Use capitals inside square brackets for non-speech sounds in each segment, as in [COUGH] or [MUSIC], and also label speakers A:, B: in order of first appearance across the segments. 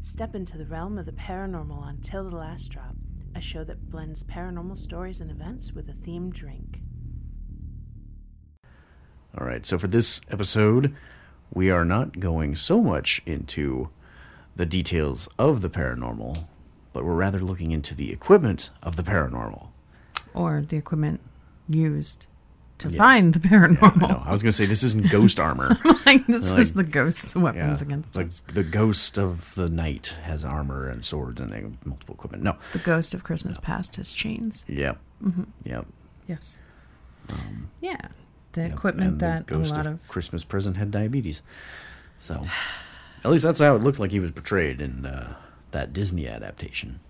A: Step into the realm of the paranormal on Till the Last Drop, a show that blends paranormal stories and events with a themed drink.
B: All right. So for this episode, we are not going so much into the details of the paranormal, but we're rather looking into the equipment of the paranormal.
C: or the equipment used to
B: Yes.
C: find the paranormal.
B: I, know, I was going to say this
C: [LAUGHS]
B: isn't ghost armor.
C: like this
B: Like-
C: is the ghost
B: Yeah,
C: weapons
B: it's
C: against
B: like the ghost of the night has armor and swords and they have multiple equipment. No,
C: the ghost of Christmas past his chains.
B: yeah, yeah. um,
C: Yes. Mm-hmm. yeah, the equipment
B: And the
C: that a
B: ghost
C: lot of
B: Christmas present had diabetes. So, at least that's how it looked like he was portrayed in uh, that Disney adaptation.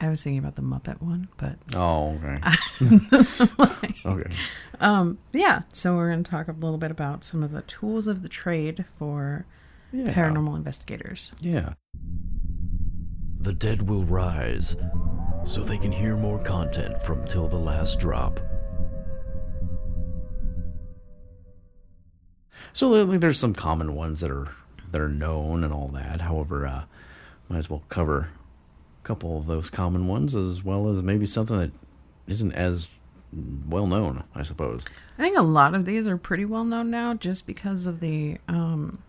C: I was thinking about the Muppet one, but
B: Oh, okay.
C: [LAUGHS]
B: okay.
C: um, yeah. So we're going to talk a little bit about some of the tools of the trade for
B: Yeah.
C: paranormal investigators.
B: Yeah.
D: The dead will rise so they can hear more content from Till the Last Drop.
B: So there- like, there's some common ones that are that are known and all that. However, uh, might as well cover a couple of those common ones as well as maybe something that isn't as well known, I suppose.
C: I think a lot of these are pretty well known now, just because of the um,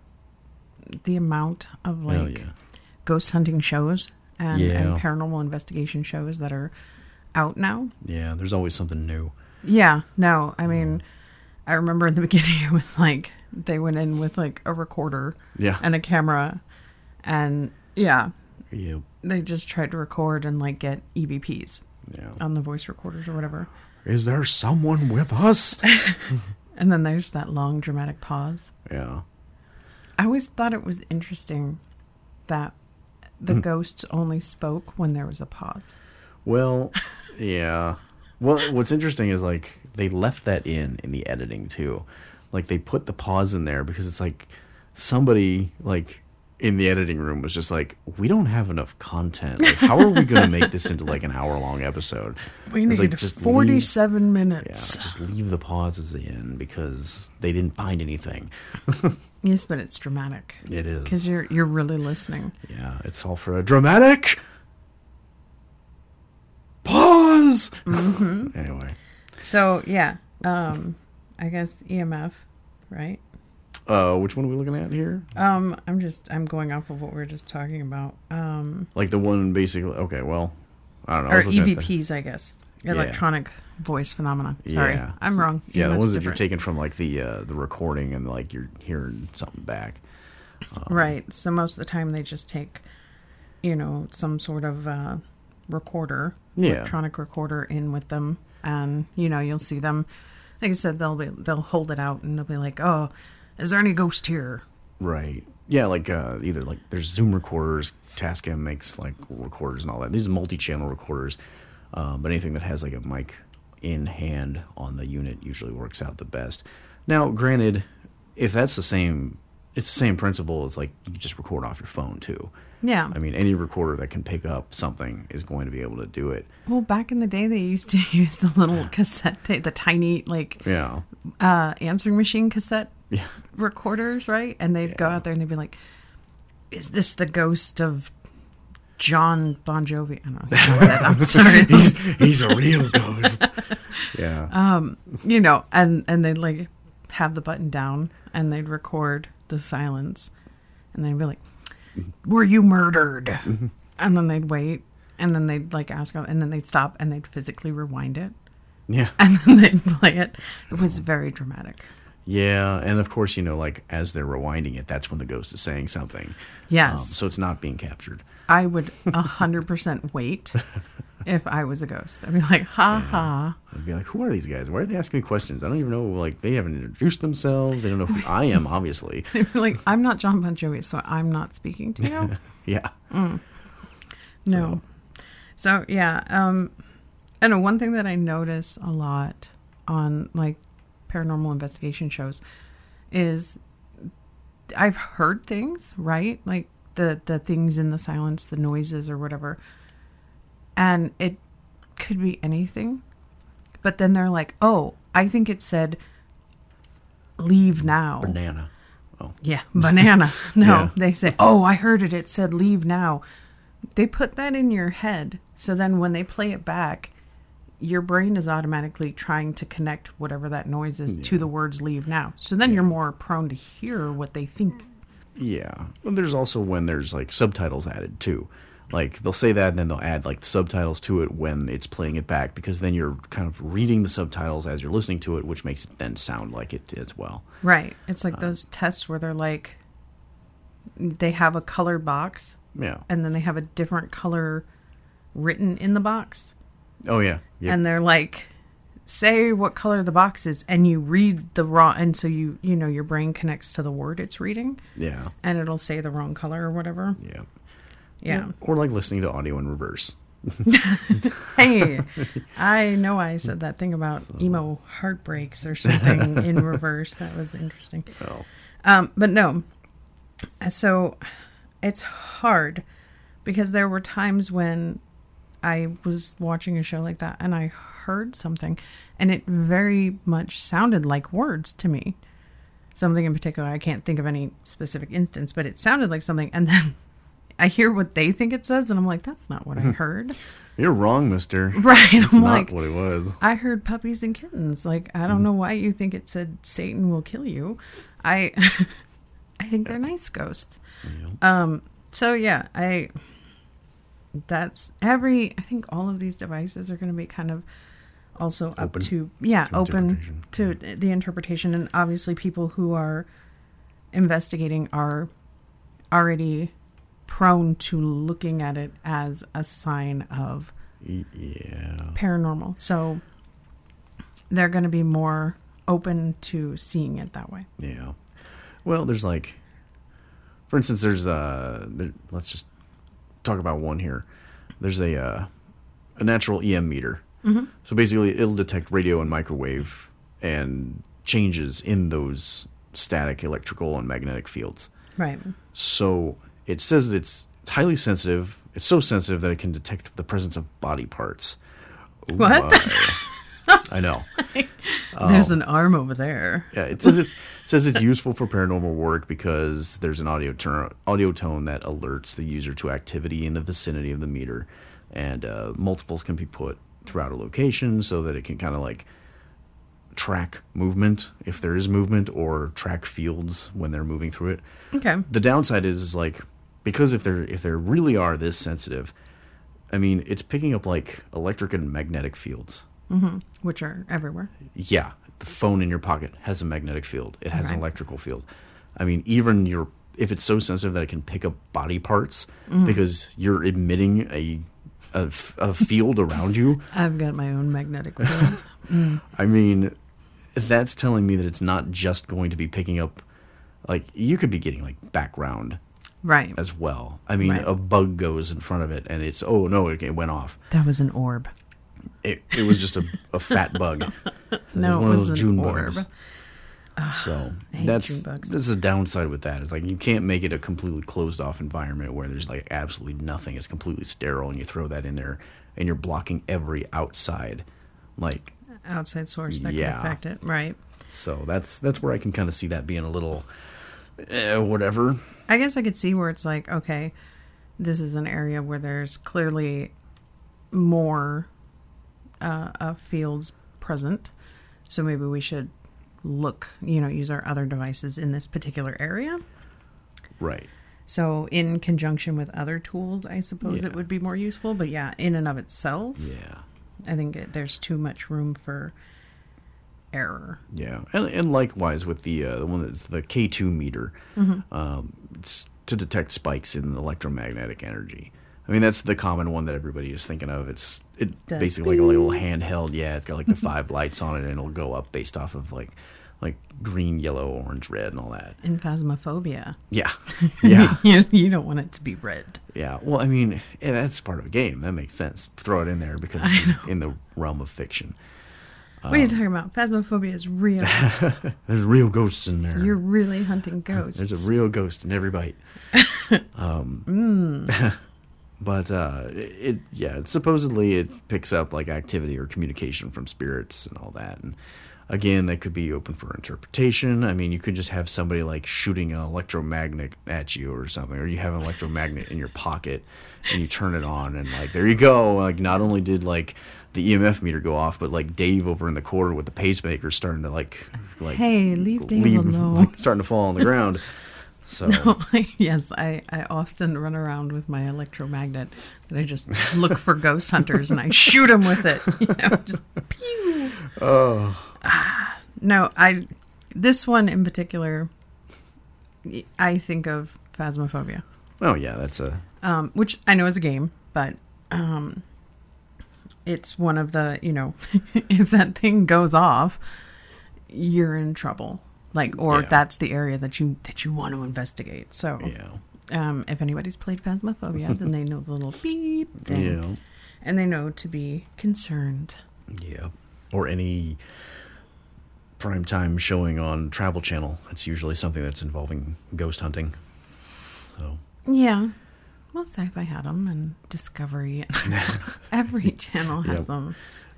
C: the amount of like
B: oh yeah.
C: ghost hunting shows and,
B: Yeah.
C: and paranormal investigation shows that are out now.
B: Yeah, there's always something new.
C: Yeah, no, I mean, I remember in the [LAUGHS] beginning it was like they went in with like a recorder
B: Yeah.
C: and a camera, and yeah,
B: yeah.
C: they just tried to record and like get EVPs
B: Yeah.
C: on the voice recorders or whatever.
B: Uh, Is there someone with us?
C: And then there's that long dramatic pause.
B: yeah.
C: I always thought it was interesting that
B: Hmm.
C: the ghosts only spoke when there was a pause.
B: Well, yeah. Well, what's interesting is like they left that in in the editing too. Like they put the pause in there because it's like somebody like in the editing room was just like, we don't have enough content. Like, how are we going to make this into like an hour long episode?
C: We
B: It's
C: need
B: like, leave-
C: 47
B: yeah,
C: minutes.
B: just leave the pauses in because they didn't find anything. [LAUGHS]
C: Yes, but it's dramatic.
B: It is.
C: Because you're you're really listening.
B: Yeah, it's all for a dramatic pause.
C: Mm-hmm.
B: [LAUGHS] anyway,
C: So yeah, um, I guess EMF, right?
B: uh, which one are we looking at here?
C: Um, I'm just I'm going off of what we were just talking about. Um,
B: Like the one basically. Okay, well, I don't know. I
C: or E
B: was looking at the-
C: EVPs, I guess, electronic voice phenomena. Sorry,
B: Yeah.
C: I'm wrong.
B: Yeah, the
C: EMF's
B: ones that you're
C: different.
B: taking from like the uh, the recording and like you're hearing something back.
C: Right. So most of the time they just take, you know, some sort of uh, recorder,
B: Yeah.
C: electronic recorder in with them, and you know you'll see them. Like I said, they'll be they'll hold it out and they'll be like, "Oh, is there any ghost here?"
B: Right. Yeah, like uh, either like there's Zoom recorders, Tascam makes like recorders and all that. These are multi-channel recorders, um, but anything that has like a mic in hand on the unit usually works out the best. Now, granted, if that's the same, it's the same principle as like you can just record off your phone too.
C: Yeah.
B: I mean, any recorder that can pick up something is going to be able to do it.
C: Well, back in the day, they used to [LAUGHS] use the little cassette tape, the tiny like
B: Yeah.
C: uh, answering machine cassette
B: Yeah.
C: recorders, right? And they'd go out there and they'd be like, "Is this the ghost of John Bon Jovi?" I don't know. he's not dead, I'm
B: [LAUGHS]
C: sorry.
B: he's, he's a real ghost. Yeah.
C: you know, and and they'd like have the button down and they'd record the silence, and they'd be like, "Were you murdered?" and then they'd wait, and then they'd like ask, and then they'd stop, and they'd physically rewind it. [LAUGHS]
B: yeah.
C: and then they'd play it. It was very dramatic.
B: Yeah, and of course, you know, like as they're rewinding it, that's when the ghost is saying something. Um,
C: Yes.
B: so it's not being captured.
C: I would a hundred percent wait if I was a ghost. I'd be like, ha ha. [LAUGHS]
B: I'd be like, who are these guys? Why are they asking me questions? I don't even know. Like, they haven't introduced themselves. They don't know who I
C: [LAUGHS]
B: am, obviously.
C: They'd be like, I'm not John Bon Jovi, so I'm not speaking to you.
B: Yeah.
C: No. So yeah, um, I know one thing that I notice a lot on like paranormal investigation shows is I've heard things, right? Like the the things in the silence, the noises or whatever, and it could be anything. But then they're like, "Oh, I think it said leave now."
B: Banana.
C: Yeah, banana. No,
B: Yeah.
C: they say, "Oh, I heard it. It said leave now." They put that in your head, so then when they play it back, your brain is automatically trying to connect whatever that noise is to the words "leave now." So then you're more prone to hear what they think.
B: Yeah. Well, there's also when there's like subtitles added too. Like they'll say that and then they'll add like the subtitles to it when it's playing it back because then you're kind of reading the subtitles as you're listening to it, which makes it then sound like it as well.
C: Right. It's like those tests where they're like, they have a color box,
B: Yeah.
C: and then they have a different color written in the box.
B: Oh yeah. Yeah.
C: and they're like say what color the box is and you read the raw and so you you know your brain connects to the word it's reading
B: yeah.
C: and it'll say the wrong color or whatever
B: Yeah.
C: yeah
B: Or like listening to audio in reverse.
C: [LAUGHS] hey i know i said that thing about emo heartbreaks or something in reverse that was interesting
B: Oh.
C: Um, but no. So it's hard because there were times when I was watching a show like that and I heard something and it very much sounded like words to me. Something in particular. I can't think of any specific instance, but it sounded like something. And then [LAUGHS] I hear what they think it says and I'm like, that's not what I heard. [LAUGHS]
B: You're wrong, mister.
C: right.
B: Hmm. It's
C: I'm
B: not
C: like,
B: what it was.
C: I heard puppies and kittens. Like I
B: Mm-hmm.
C: don't know why you think it said Satan will kill you. I [LAUGHS] I think they're nice ghosts. Um so yeah, I that's every I think all of these devices are going to be kind of also up
B: Open
C: to yeah,
B: to
C: open
B: interpretation.
C: to the interpretation and obviously people who are investigating are already prone to looking at it as a sign of
B: Y- Yeah.
C: paranormal. So they're going to be more open to seeing it that way.
B: Yeah. Well, there's like, for instance, there's uh, there, let's just talk about one here. There's a uh, a natural EM meter.
C: Mm-hmm.
B: So basically, it'll detect radio and microwave and changes in those static electrical and magnetic fields.
C: Right.
B: So it says that it's, it's highly sensitive. It's so sensitive that it can detect the presence of body parts. Ooh,
C: What?
B: my. I know.
C: There's an arm over there.
B: Yeah, it says it's, it says it's useful for paranormal work because there's an audio turn, audio tone that alerts the user to activity in the vicinity of the meter, and uh, multiples can be put throughout a location so that it can kind of like track movement if there is movement or track fields when they're moving through it
C: Okay.
B: the downside is, is like because if they're if they really are this sensitive i mean it's picking up like electric and magnetic fields
C: Which are everywhere.
B: yeah the phone in your pocket has a magnetic field it has an
C: Right.
B: electrical field i mean even your if it's so sensitive that it can pick up body parts because you're emitting a a f a a field around you
C: I've got my own magnetic field.
B: I mean, that's telling me that it's not just going to be picking up, like, you could be getting, like, background
C: right.
B: as well. I mean,
C: Right.
B: a bug goes in front of it and it's, oh no, it, it went off.
C: That was an orb.
B: It, it was just a, a fat
C: [LAUGHS]
B: bug. It
C: No, it was an orb.
B: So
C: hate
B: that's
C: June bugs.
B: this is a downside with that. It's like you can't make it a completely closed off environment where there's like absolutely nothing. It's completely sterile, and you throw that in there, and you're blocking every outside. Like
C: Outside source that
B: Yeah.
C: could affect it. Right.
B: So that's that's where I can kind of see that being a little eh, whatever.
C: I guess I could see where it's like, okay, this is an area where there's clearly more uh, of fields present. So maybe we should look, you know, use our other devices in this particular area.
B: Right.
C: So, in conjunction with other tools, I suppose it
B: Yeah.
C: would be more useful. But yeah, in and of itself,
B: Yeah.
C: I think it, there's too much room for error.
B: Yeah. And, and likewise with the uh, the one that's the K two meter, um, it's to detect spikes in electromagnetic energy. I mean that's the common one that everybody is thinking of. It's it Mm-hmm.
C: The
B: basically like a little handheld. Yeah, it's got like the five lights on it, and it'll go up based off of like like green, yellow, orange, red, and all that.
C: In phasmophobia,
B: Yeah. [LAUGHS] Yeah.
C: [LAUGHS] you, you don't want it to be red.
B: Yeah, well, I mean, yeah, that's part of a game. That makes sense. Throw it in there [LAUGHS] because it's in the realm of fiction.
C: what are
B: Um,
C: you talking about? Phasmophobia is real.
B: [LAUGHS] There's real ghosts in there.
C: You're really hunting ghosts.
B: There's a real ghost in every
C: [LAUGHS]
B: bite.
C: Mm.
B: um, [LAUGHS] but uh, it, yeah, supposedly it picks up like activity or communication from spirits and all that. And Again, that could be open for interpretation. I mean, you could just have somebody like shooting an electromagnet at you or something, or you have an electromagnet in your pocket and you turn it on, and like, there you go. Like, not only did like the EMF meter go off, but like Dave over in the corner with the pacemaker starting to like, like,
C: Hey, leave Dave
B: [LAUGHS]
C: alone.
B: like, starting to
C: [LAUGHS]
B: fall on the ground. So,
C: yes, I, I often run around with my electromagnet and I just look for ghost hunters and I shoot them with it. [LAUGHS] You know, just pew. Ah,
B: oh,
C: No, I this one in particular, I think of Phasmophobia,
B: oh yeah, that's a
C: um, which I know is a game, but um, it's one of the you know, [LAUGHS] if that thing goes off, you're in trouble. Like, or
B: Yeah.
C: that's the area that you that you want to investigate. So,
B: yeah,
C: um, if anybody's played Phasmophobia, then they know the little beep
B: [LAUGHS]
C: thing,
B: yeah.
C: and they know to be concerned.
B: Yeah. Or any prime time showing on Travel Channel. It's usually something that's involving ghost hunting. So,
C: Yeah, well, Sci-Fi had them, and
B: [LAUGHS]
C: Discovery, every channel has
B: Yep.
C: them.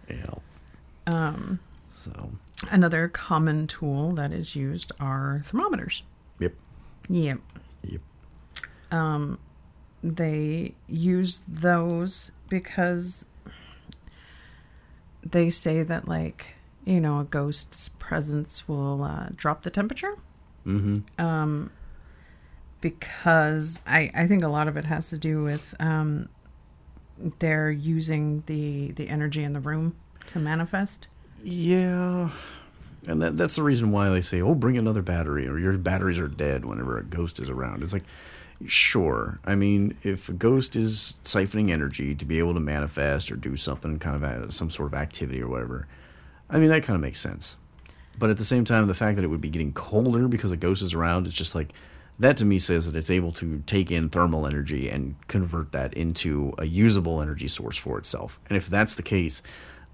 B: yeah.
C: Um,
B: So,
C: another common tool that is used are thermometers.
B: yep.
C: Yep.
B: Yep.
C: Um, they use those because they say that, like, you know, a ghost's presence will uh, drop the temperature.
B: Mm-hmm.
C: um, because I, I think a lot of it has to do with um, they're using the the energy in the room to manifest.
B: Yeah. And that, that's the reason why they say, oh, bring another battery or your batteries are dead whenever a ghost is around. It's like, sure. I mean, if a ghost is siphoning energy to be able to manifest or do something, kind of a- some sort of activity or whatever, I mean, that kind of makes sense. But at the same time, the fact that it would be getting colder because a ghost is around, it's just like, that to me says that it's able to take in thermal energy and convert that into a usable energy source for itself. And if that's the case,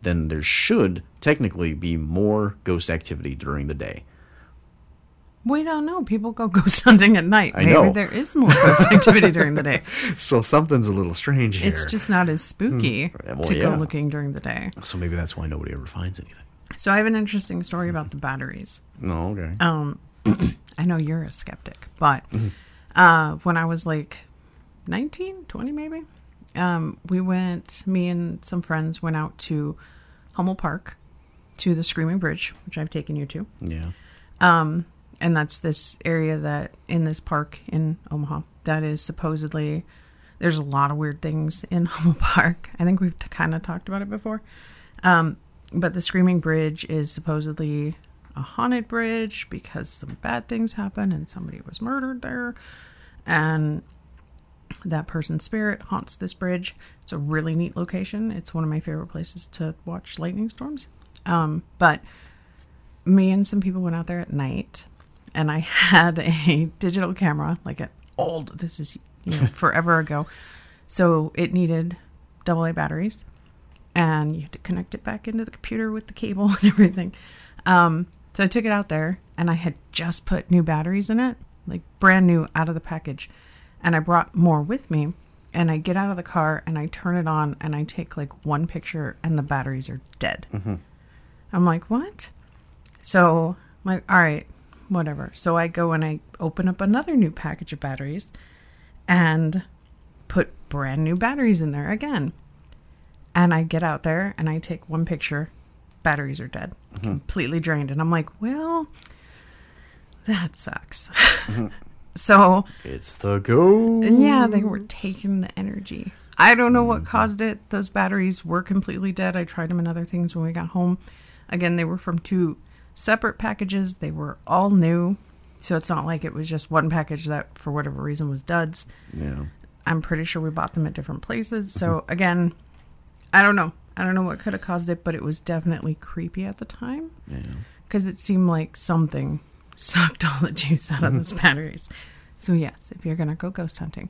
B: then there should technically be more ghost activity during the day.
C: We don't know. People go [LAUGHS] ghost hunting at night.
B: I
C: Maybe
B: know.
C: there is more
B: [LAUGHS]
C: ghost activity during the day.
B: So something's a little strange here.
C: It's just not as spooky
B: Hmm. Well,
C: to
B: yeah.
C: go looking during the day.
B: so maybe that's why nobody ever finds anything.
C: So I have an interesting story about the batteries.
B: No, Oh, okay.
C: Um, I know you're a skeptic, but
B: Mm-hmm.
C: uh, when I was like 19, 20 maybe, um, we went, me and some friends went out to Hummel Park to the Screaming Bridge, which I've taken you to.
B: yeah.
C: Um, and that's this area that in this park in Omaha that is supposedly there's a lot of weird things in [LAUGHS] Hummel Park. I think we've t- kind of talked about it before. Um, but the Screaming Bridge is supposedly a haunted bridge because some bad things happened and somebody was murdered there. And that person's spirit haunts this bridge. It's a really neat location. It's one of my favorite places to watch lightning storms. Um, but me and some people went out there at night and I [LAUGHS] had a digital camera, like an old, this is you know, forever ago. So it needed double A batteries and you had to connect it back into the computer with the cable [LAUGHS] and everything. Um, so I took it out there and I had just put new batteries in it, like brand new out of the package. And I brought more with me. And I get out of the car and I turn it on and I take like one picture and the batteries are dead. I'm like, what? So I'm like, all right, whatever. So I go and I open up another new package of batteries and put brand new batteries in there again. And I get out there and I take one picture. Batteries are dead, completely drained. And I'm like, well, that sucks. [LAUGHS] so,
B: It's the ghost.
C: yeah, they were taking the energy. I don't know what caused it. Those batteries were completely dead. I tried them in other things when we got home. Again, they were from two separate packages. They were all new. So it's not like it was just one package that, for whatever reason, was duds.
B: Yeah.
C: I'm pretty sure we bought them at different places. So again, I don't know. I don't know what could have caused it, but it was definitely creepy at the time
B: Yeah.
C: because it seemed like something [LAUGHS] sucked all the juice out
B: Mm-hmm.
C: of those batteries. So yes, if you're gonna go ghost hunting,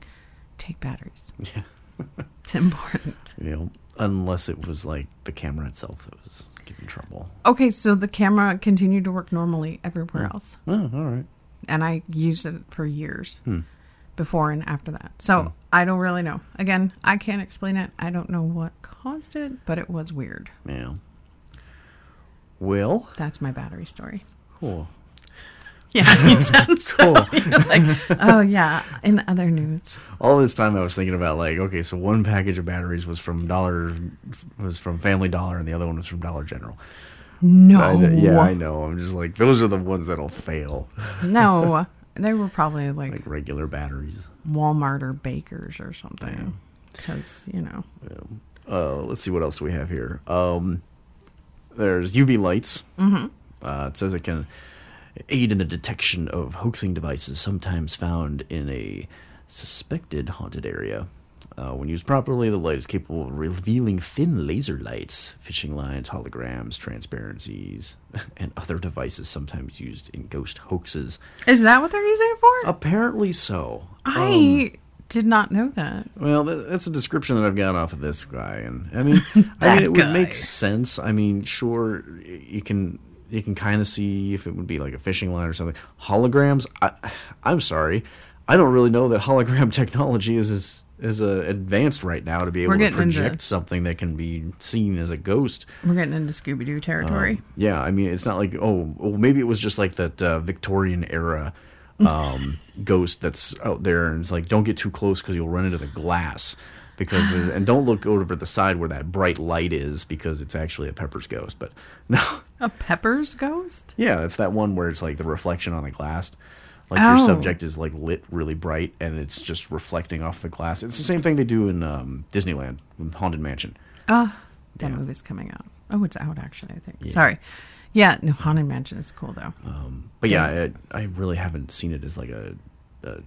C: take batteries.
B: Yeah.
C: [LAUGHS] It's important.
B: You know, unless it was like the camera itself that was giving trouble.
C: Okay, so the camera continued to work normally everywhere else,
B: Oh, all right.
C: and I used it for years
B: Hmm.
C: before and after that. So I don't really know. Again, I can't explain it. I don't know what caused it, but it was weird.
B: Yeah. Well,
C: That's my battery story. [LAUGHS]
B: cool.
C: Yeah,
B: [LAUGHS]
C: you sound so.
B: Cool.
C: You're like, oh yeah. In other news,
B: All this time I was thinking about like, okay, so one package of batteries was from Dollar was from Family Dollar and the other one was from Dollar General.
C: no.
B: I- Uh, yeah, I know. I'm just like those are the ones that'll fail.
C: no. They were probably like
B: Like regular batteries.
C: Walmart or Baker's or something. Because, you know.
B: Uh, let's see what else we have here. Um, there's UV lights. Mm-hmm. Uh, it says it can aid in the detection of hoaxing devices sometimes found in a suspected haunted area. Uh, when used properly, the light is capable of revealing thin laser lights, fishing lines, holograms, transparencies, [LAUGHS] and other devices sometimes used in ghost hoaxes.
C: Is that what they're using it for?
B: Apparently so.
C: I did not know that.
B: Well, tha- that's a description that I've got off of this guy, and I mean, I
C: [LAUGHS] That
B: mean, it would
C: guy.
B: make sense. I mean, sure, y- you can you can kind of see if it would be like a fishing line or something. Holograms. I, I'm sorry, I don't really know that hologram [LAUGHS] technology is as is uh, advanced right now to be
C: We're
B: able to
C: getting into-
B: project something that can be seen as a ghost.
C: We're getting into Scooby Doo territory.
B: Yeah, I mean, it's not like oh, well, maybe it was just like that uh, Victorian era um, ghost that's out there, and it's like don't get too close because you'll run into the glass. Because there- and don't look over the side where that bright light is because it's actually a Pepper's ghost. But [LAUGHS] no,
C: A Pepper's ghost?
B: yeah, it's that one where it's like the reflection on the glass. Like
C: Oh.
B: your subject is like lit really bright and it's just reflecting off the glass. It's the same thing they do in um, Disneyland, in Haunted Mansion.
C: That movie's coming out. Oh, it's out actually, I think. Sorry. Yeah, no, Haunted Mansion is cool though.
B: Um, But yeah, I, I really haven't seen it as like a, a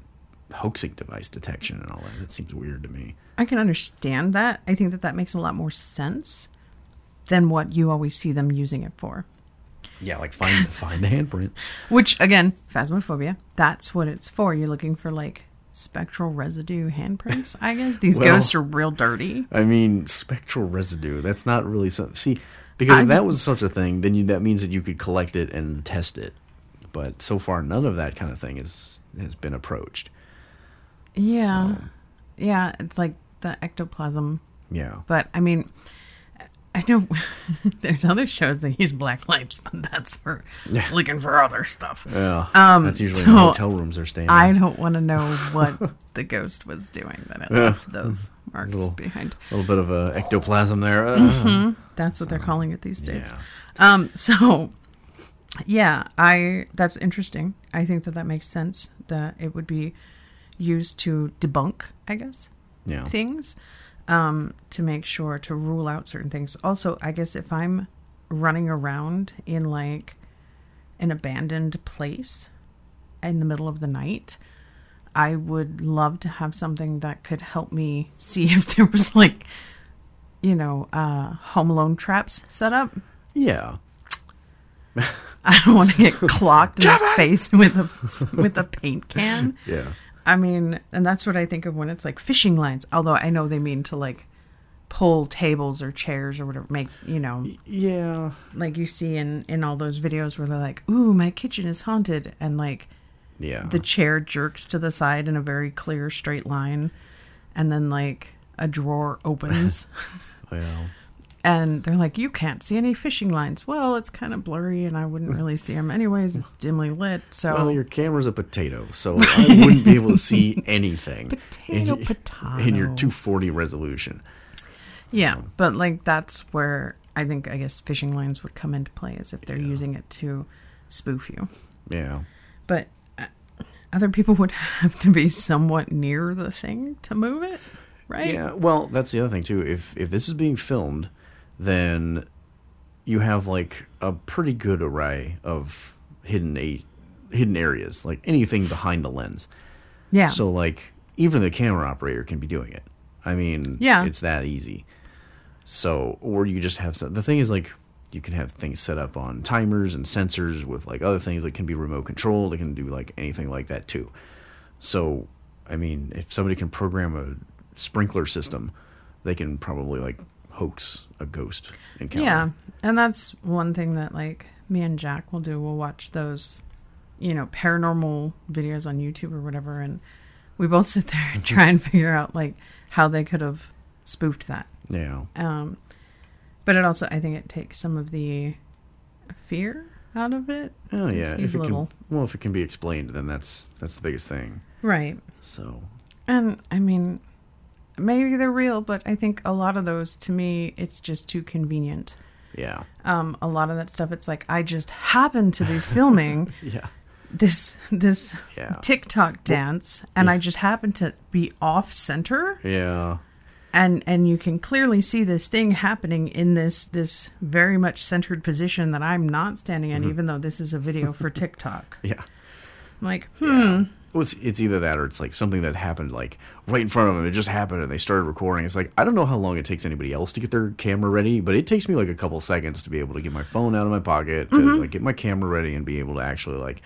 B: hoaxing device detection and all that. It seems weird to me.
C: I can understand that. I think that that makes a lot more sense than what you always see them using it for.
B: Yeah, like find [LAUGHS] find the handprint.
C: Which again, phasmophobia. That's what it's for. You're looking for like spectral residue handprints. I
B: [LAUGHS]
C: guess these
B: Well-
C: ghosts are real dirty.
B: I mean, spectral residue. That's not really so. See, because if that was such a thing, then you, that means that you could collect it and test it. But so far, none of that kind of thing is has been approached.
C: Yeah,
B: So-
C: yeah. It's like the ectoplasm.
B: Yeah.
C: But I mean, I know [LAUGHS] there's other shows that use black lights, but that's for looking for other stuff.
B: Yeah.
C: Um,
B: that's usually in
C: so
B: hotel rooms they're staying.
C: I
B: in.
C: don't want to know what
B: [LAUGHS]
C: the ghost was doing that it left those marks
B: Little-
C: behind.
B: A little bit of a ectoplasm there. Uh,
C: That's what they're calling it these days.
B: um, Yeah.
C: Um, [LAUGHS] so yeah, I that's interesting. I think that that makes sense that it would be used to debunk, I guess,
B: Yeah.
C: things um, to make sure to rule out certain things. Also, I guess if I'm running around in like an abandoned place in the middle of the night, I would love to have something that could help me [LAUGHS] see if there was like, you know, uh, home alone traps set up.
B: Yeah.
C: I don't want to [LAUGHS] get clocked in the face with a with a [LAUGHS] paint can.
B: Yeah.
C: I mean, and that's what I think of when it's like fishing lines. Although I know they mean to like pull tables or chairs or whatever. Make you know,
B: Yeah.
C: like you see in in all those videos where they're like, "Ooh, my kitchen is haunted," and like
B: Yeah.
C: the chair jerks to the side in a very clear straight line, and then like a drawer [LAUGHS] opens.
B: Well,
C: and they're like, "You can't see any fishing lines." Well, it's kind of blurry, and I wouldn't really see them anyways. It's dimly lit, so
B: well, your camera's a potato, [LAUGHS] so I wouldn't be able to see anything.
C: Potato,
B: in, y- In your
C: potato.
B: 240 resolution.
C: yeah. But like that's where I think I guess fishing lines would come into play, is if they're using it to spoof you.
B: Yeah.
C: But uh, other people would [LAUGHS] have to be somewhat near the thing to move it, right?
B: Yeah. Well, that's the other thing too. If if this is being filmed, then you have like a pretty good array of hidden a hidden areas, like anything behind the lens.
C: Yeah.
B: So like even the camera operator can be doing it. I mean,
C: Yeah.
B: it's that easy. So or you just have some, the thing is like you can have things set up on timers and sensors with like other things that can be remote controlled. They can do like anything like that too. So I mean, if somebody can program a sprinkler system, they can probably like hoax a ghost encounter.
C: Yeah, and that's one thing that like me and Jack will do. We'll watch those, you know, paranormal videos on YouTube or whatever, and we both sit there
B: Mm-hmm.
C: and try and figure out like how they could have spoofed that.
B: Yeah.
C: Um, but it also, I think, it takes some of the fear out of it.
B: Oh
C: since
B: yeah,
C: he's
B: if it can,
C: little.
B: well, if it can be explained, then that's that's the biggest thing.
C: Right.
B: So
C: And I mean, maybe they're real, but I think a lot of those to me, it's just too convenient.
B: yeah,
C: Um, a lot of that stuff, it's like I just happen
B: [LAUGHS]
C: to be filming
B: yeah,
C: this this
B: Yeah.
C: TikTok dance, and I just happen to be off center,
B: yeah,
C: and and you can clearly see this thing happening in this this very much centered position that I'm not standing
B: Mm-hmm.
C: in, even though this is a
B: [LAUGHS]
C: video for TikTok.
B: yeah.
C: I'm like, hmm,
B: Well, it's it's either that or it's like something that happened like right in front of them. It just happened and they started recording. It's like I don't know how long it takes anybody else to get their camera ready, but it takes me like a couple seconds to be able to get my phone out of my pocket to
C: Mm-hmm.
B: like get my camera ready and be able to actually like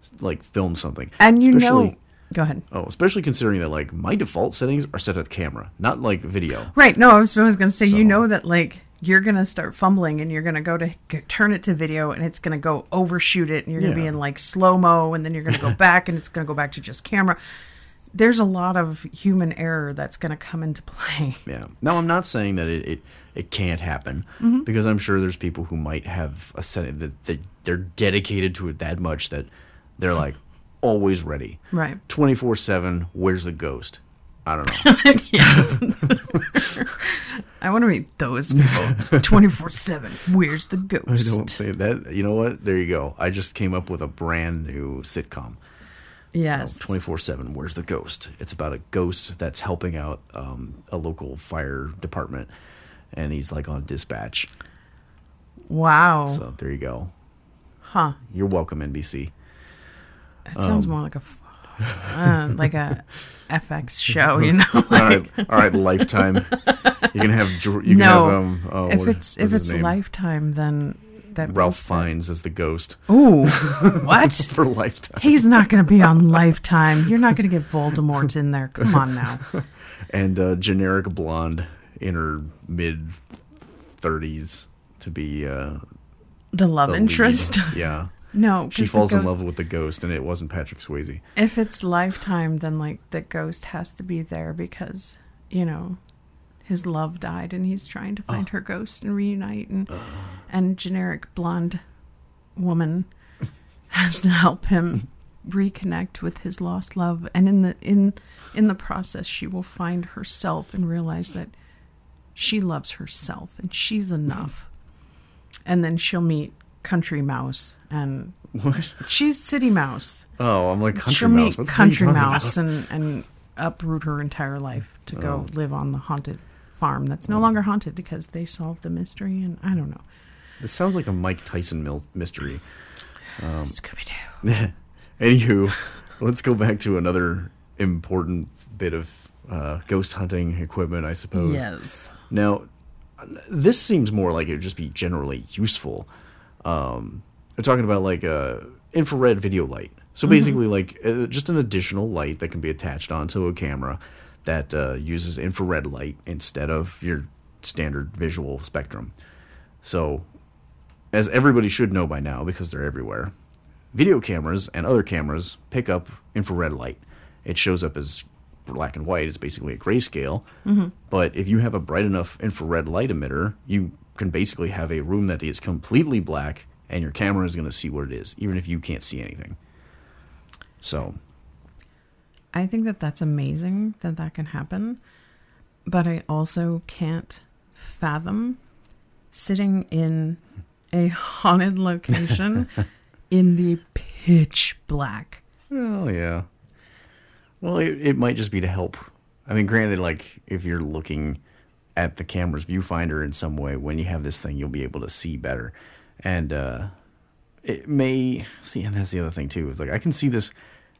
B: s- like film something.
C: and you
B: Especially-
C: know, go ahead.
B: Oh, especially considering that like my default settings are set to the camera, not like video.
C: Right. No, I was, I was going to say,
B: So-
C: you know that like you're going to start fumbling and you're going to go to g- turn it to video and it's going to go overshoot it and you're going to be
B: Yeah.
C: in like slow mo and then you're
B: [LAUGHS]
C: going to go back and it's going to go back to just camera. There's a lot of human error that's going to come into [LAUGHS] play.
B: Yeah. Now I'm not saying that it it, it can't happen
C: Mm-hmm.
B: because I'm sure there's people who might have a setting that they, they're dedicated to it that much that they're like always ready.
C: Right.
B: 24 7, where's the ghost? I don't
C: [LAUGHS]
B: know. [LAUGHS]
C: I want to meet
B: [LAUGHS]
C: those people 24 7. Where's the
B: I
C: ghost?
B: don't say that. You know what? There you go. I just came up with a brand new sitcom.
C: yes.
B: 24 7, where's the ghost? It's about a ghost that's helping out um, a local fire department and he's like on dispatch.
C: wow.
B: So there you go.
C: huh.
B: You're welcome, NBC.
C: That
B: um,
C: sounds more like a. f-
B: [LAUGHS]
C: Uh, like a FX show, you know.
B: All right, all right,
C: [LAUGHS]
B: Lifetime. You can have Dr- you can
C: No.
B: have um oh,
C: if
B: what- what's
C: it's if
B: his
C: it's
B: name?
C: lifetime, then that
B: Ralph
C: means
B: Fiennes is the ghost [LAUGHS]
C: that- Ooh, what?
B: for Lifetime,
C: He's not going to be on Lifetime. You're not going to get Voldemort in there. Come on now.
B: and uh, generic blonde in her mid thirties to be uh,
C: The love
B: the lead.
C: interest. [LAUGHS]
B: [LAUGHS] Yeah,
C: No,
B: she
C: 'cause the
B: falls in
C: ghost-
B: love with the ghost, and it wasn't Patrick Swayze. [LAUGHS]
C: If it's Lifetime, then like the ghost has to be there because you know his love died, and he's trying to find her ghost and reunite, and and generic blonde woman [LAUGHS] has to help him reconnect with his lost love and in the in in the process she will find herself and realize that she loves herself and she's enough and then she'll meet country mouse and
B: What?
C: she's city mouse
B: Oh, I'm like country
C: she'll
B: mouse.
C: meet
B: What the fuck are you [LAUGHS]
C: country
B: talking about? Oh.
C: mouse and, and uproot her entire life to go live on the haunted farm that's no longer haunted because they solved the mystery and I don't know.
B: This sounds like a Mike Tyson mil- mystery. Um,
C: Scooby Doo.
B: [LAUGHS] Anywho, let's go back to another important bit of uh, ghost hunting equipment, I suppose.
C: Yes.
B: Now, this seems more like it would just be generally useful. Um, they're talking about like a infrared video light. So basically, like uh, just an additional light that can be attached onto a camera that uh, uses infrared light instead of your standard visual spectrum. So, as everybody should know by now because they're everywhere, video cameras and other cameras pick up infrared light. It shows up as black and white. It's basically a grayscale. But if you have a bright enough infrared light emitter, you can basically have a room that is completely black and your camera is going to see what it is, even if you can't see anything. So,
C: I think that that's amazing that that can happen, but I also can't fathom sitting in a haunted
B: [LAUGHS]
C: location in the pitch black.
B: oh, yeah. Well, it, it might just be to help. I mean, granted, like if you're looking at the camera's viewfinder in some way, when you have this thing, you'll be able to see better. And uh, it may see, and that's the other thing too. Is like I can see this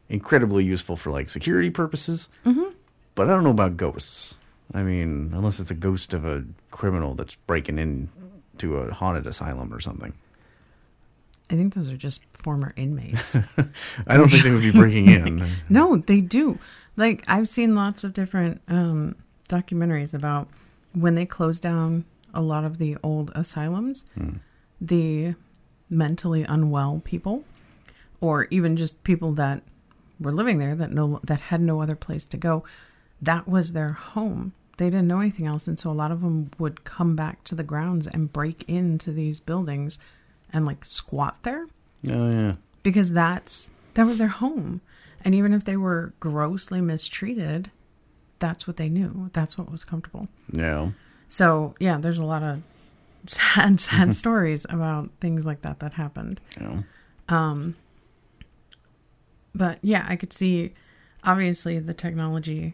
B: incredibly useful for like security purposes, but I don't know about ghosts. I mean, unless it's a ghost of a criminal that's breaking into a haunted asylum or something.
C: I think those are just former inmates.
B: I don't think they would be breaking in.
C: No, they do. Like I've seen lots of different um, documentaries about when they closed down a lot of the old asylums, the mentally unwell people, or even just people that were living there that no that had no other place to go. That was their home. They didn't know anything else, and so a lot of them would come back to the grounds and break into these buildings and like squat there
B: Oh yeah.
C: because that's that was their home. And even if they were grossly mistreated, that's what they knew. That's what was comfortable.
B: No.
C: So yeah, there's a lot of [LAUGHS] sad, sad stories about things like that that happened.
B: No.
C: Um, But yeah, I could see obviously the technology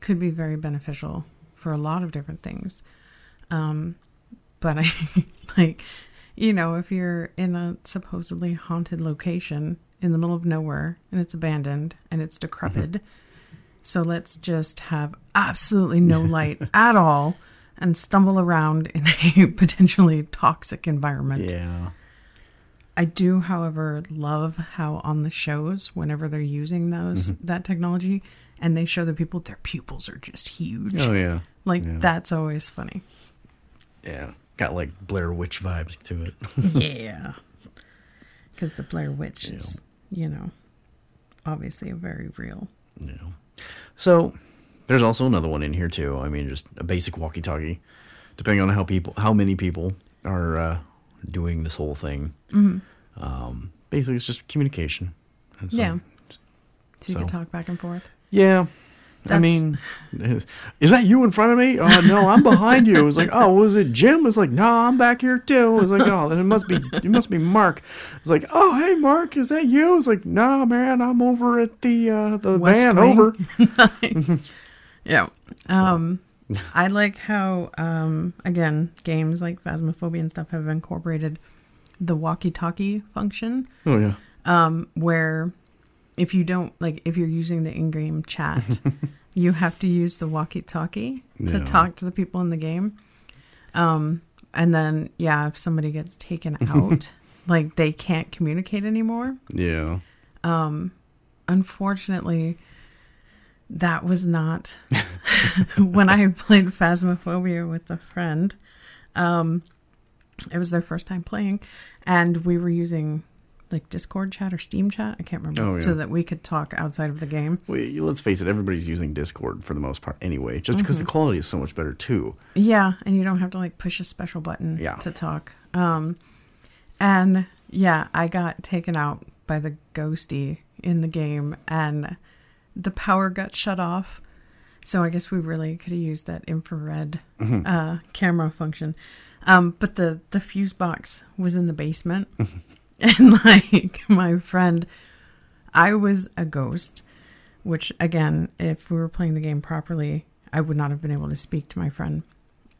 C: could be very beneficial for a lot of different things. Um, but I [LAUGHS] like, you know, if you're in a supposedly haunted location in the middle of nowhere and it's abandoned and it's decrepit, so let's just have absolutely no light at all and stumble around in a [LAUGHS] potentially toxic environment.
B: Yeah.
C: I do, however, love how on the shows, whenever they're using those
B: Mm-hmm.
C: that technology, and they show the people their pupils are just huge.
B: Oh yeah.
C: Like
B: yeah.
C: that's
B: [LAUGHS]
C: always funny.
B: Yeah. Got like Blair Witch vibes to it.
C: yeah, because the Blair Witch is, you know, obviously a very real.
B: Yeah. So there's also another one in here too. I mean, just a basic walkie-talkie. Depending on how people, how many people are uh, doing this whole thing. Um, basically, it's just communication. And so-
C: yeah. So you can
B: so-
C: talk back and
B: [LAUGHS]
C: forth. [LAUGHS]
B: Yeah. I
C: That's-
B: mean, is, is that you in front of me? Oh no, I'm behind you. It was like, oh, was it Jim? It's like, no, I'm back here too. It's like, oh, then it must be, it must be Mark. It's like, oh, hey, Mark, is that you? It's like, no, man, I'm over at the uh, the
C: West
B: van
C: Wing.
B: over.
C: Yeah.
B: [LAUGHS]
C: Um, I like how, um, again, games like Phasmophobia and stuff have incorporated the walkie-talkie function.
B: Oh yeah.
C: um, where if you don't like if you're using the in-game chat you have to use the walkie-talkie to
B: Yeah.
C: talk to the people in the game um, and then yeah if somebody gets taken out like they can't communicate anymore
B: Yeah.
C: Um, unfortunately that was not [LAUGHS] when i played phasmophobia with a friend um, it was their first time playing and we were using like discord chat or steam chat i can't remember
B: Oh, yeah.
C: so that we could talk outside of the game
B: Well, y- let's face it, everybody's using Discord for the most part anyway, just because
C: Mm-hmm.
B: the quality is so much better too.
C: yeah and you don't have to like push a special button
B: Yeah.
C: to talk um, and yeah i got taken out by the ghosty in the game and the power got shut off. So I guess we really could have used that infrared
B: Hmm.
C: uh, camera function. Um, but the, the fuse box was in the basement. and like my friend, I was a ghost, which again, if we were playing the game properly, I would not have been able to speak to my friend.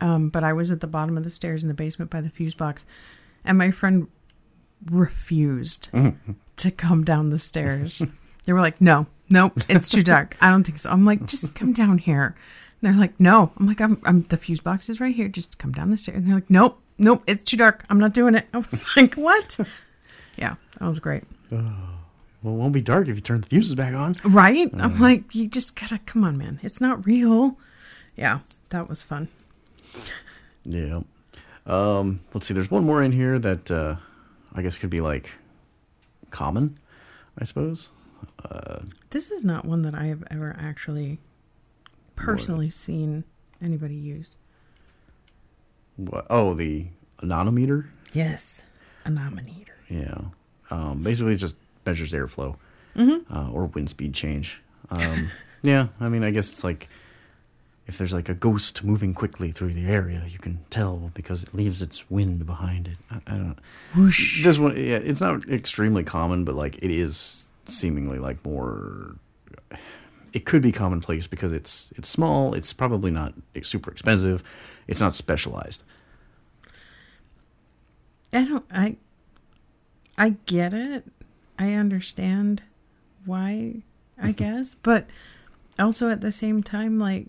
C: Um, but I was at the bottom of the stairs in the basement by the fuse box. And my friend refused
B: Mm-hmm.
C: to come down the stairs. They were like, no, nope, it's too dark. I don't think so. I'm like, just come down here. And they're like, no. I'm like, I'm, I'm the fuse box is right here. Just come down the stairs. And they're like, nope, nope, it's too dark. I'm not doing it. [LAUGHS] I was like, what? Yeah, that was great.
B: Well, it won't be dark if you turn the fuses back on.
C: Right? I'm like, you just gotta, come on, man. It's not real. Yeah, that was fun.
B: Yeah. Um, let's see. There's one more in here that uh, I guess could be like common, I suppose. Uh,
C: This is not one that I have ever actually personally seen anybody use.
B: What? Oh, the anemometer.
C: Yes, a nominator.
B: Yeah. Um, basically, it just measures airflow uh, or wind speed change. Um, [LAUGHS] yeah. I mean, I guess it's like if there's like a ghost moving quickly through the area, you can tell because it leaves its wind behind it. I, I don't.
C: Whoosh.
B: This one, yeah, it's not extremely common, but like it is seemingly like more. It could be commonplace because it's it's small. It's probably not super expensive. It's not specialized.
C: I don't I I get it. I understand why, I guess, but also at the same time like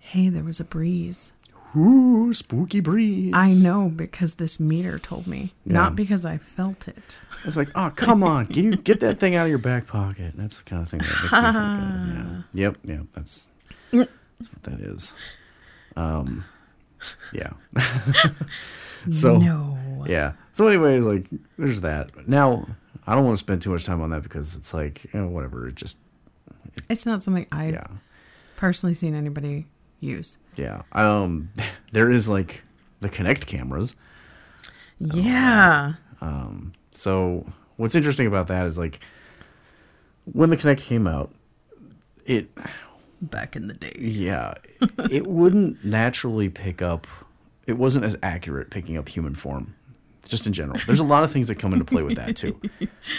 C: hey, there was a breeze.
B: Ooh, spooky breeze.
C: I know because this meter told me, not
B: Yeah.
C: because I felt it.
B: It's like, oh, come on, can you get that thing out of your back pocket? That's the kind of thing that makes me think of. Yeah. Yep, yep, that's that's what that is. Um, yeah. [LAUGHS] so
C: no.
B: Oh. yeah. So anyway, like, there's that. Now, I don't want to spend too much time on that because it's like, you know, whatever. It just
C: It's not something I've
B: yeah,
C: personally seen anybody use.
B: [LAUGHS] yeah. Um, there is like the Connect cameras.
C: Yeah.
B: Um, so what's interesting about that is like when the Kinect came out, it
C: Back in the day.
B: yeah, it wouldn't naturally pick up. It wasn't as accurate picking up human form, just in general. There's a lot of things that come into play with that too.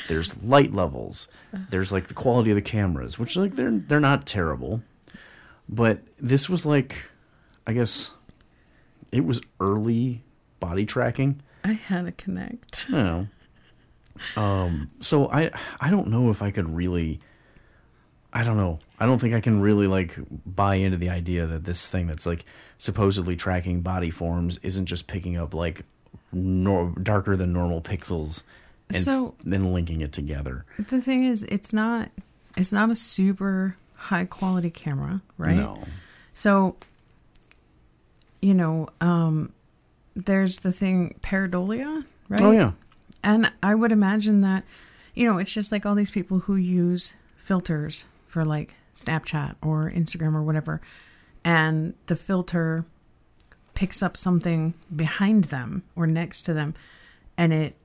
B: There's light levels. There's like the quality of the cameras, which like they're they're not terrible, but this was like, I guess, it was early body tracking.
C: I had a connect.
B: I don't know. Um, so I I don't know if I could really. I don't know. I don't think I can really like buy into the idea that this thing that's like supposedly tracking body forms isn't just picking up like nor- darker than normal pixels and f-
C: So-
B: then linking it together.
C: The thing is, it's not it's not a super high quality camera, right?
B: No.
C: So, you know, um, there's the thing pareidolia, right?
B: Oh yeah.
C: And I would imagine that, you know, it's just like all these people who use filters for like Snapchat or Instagram or whatever, and the filter picks up something behind them or next to them, and it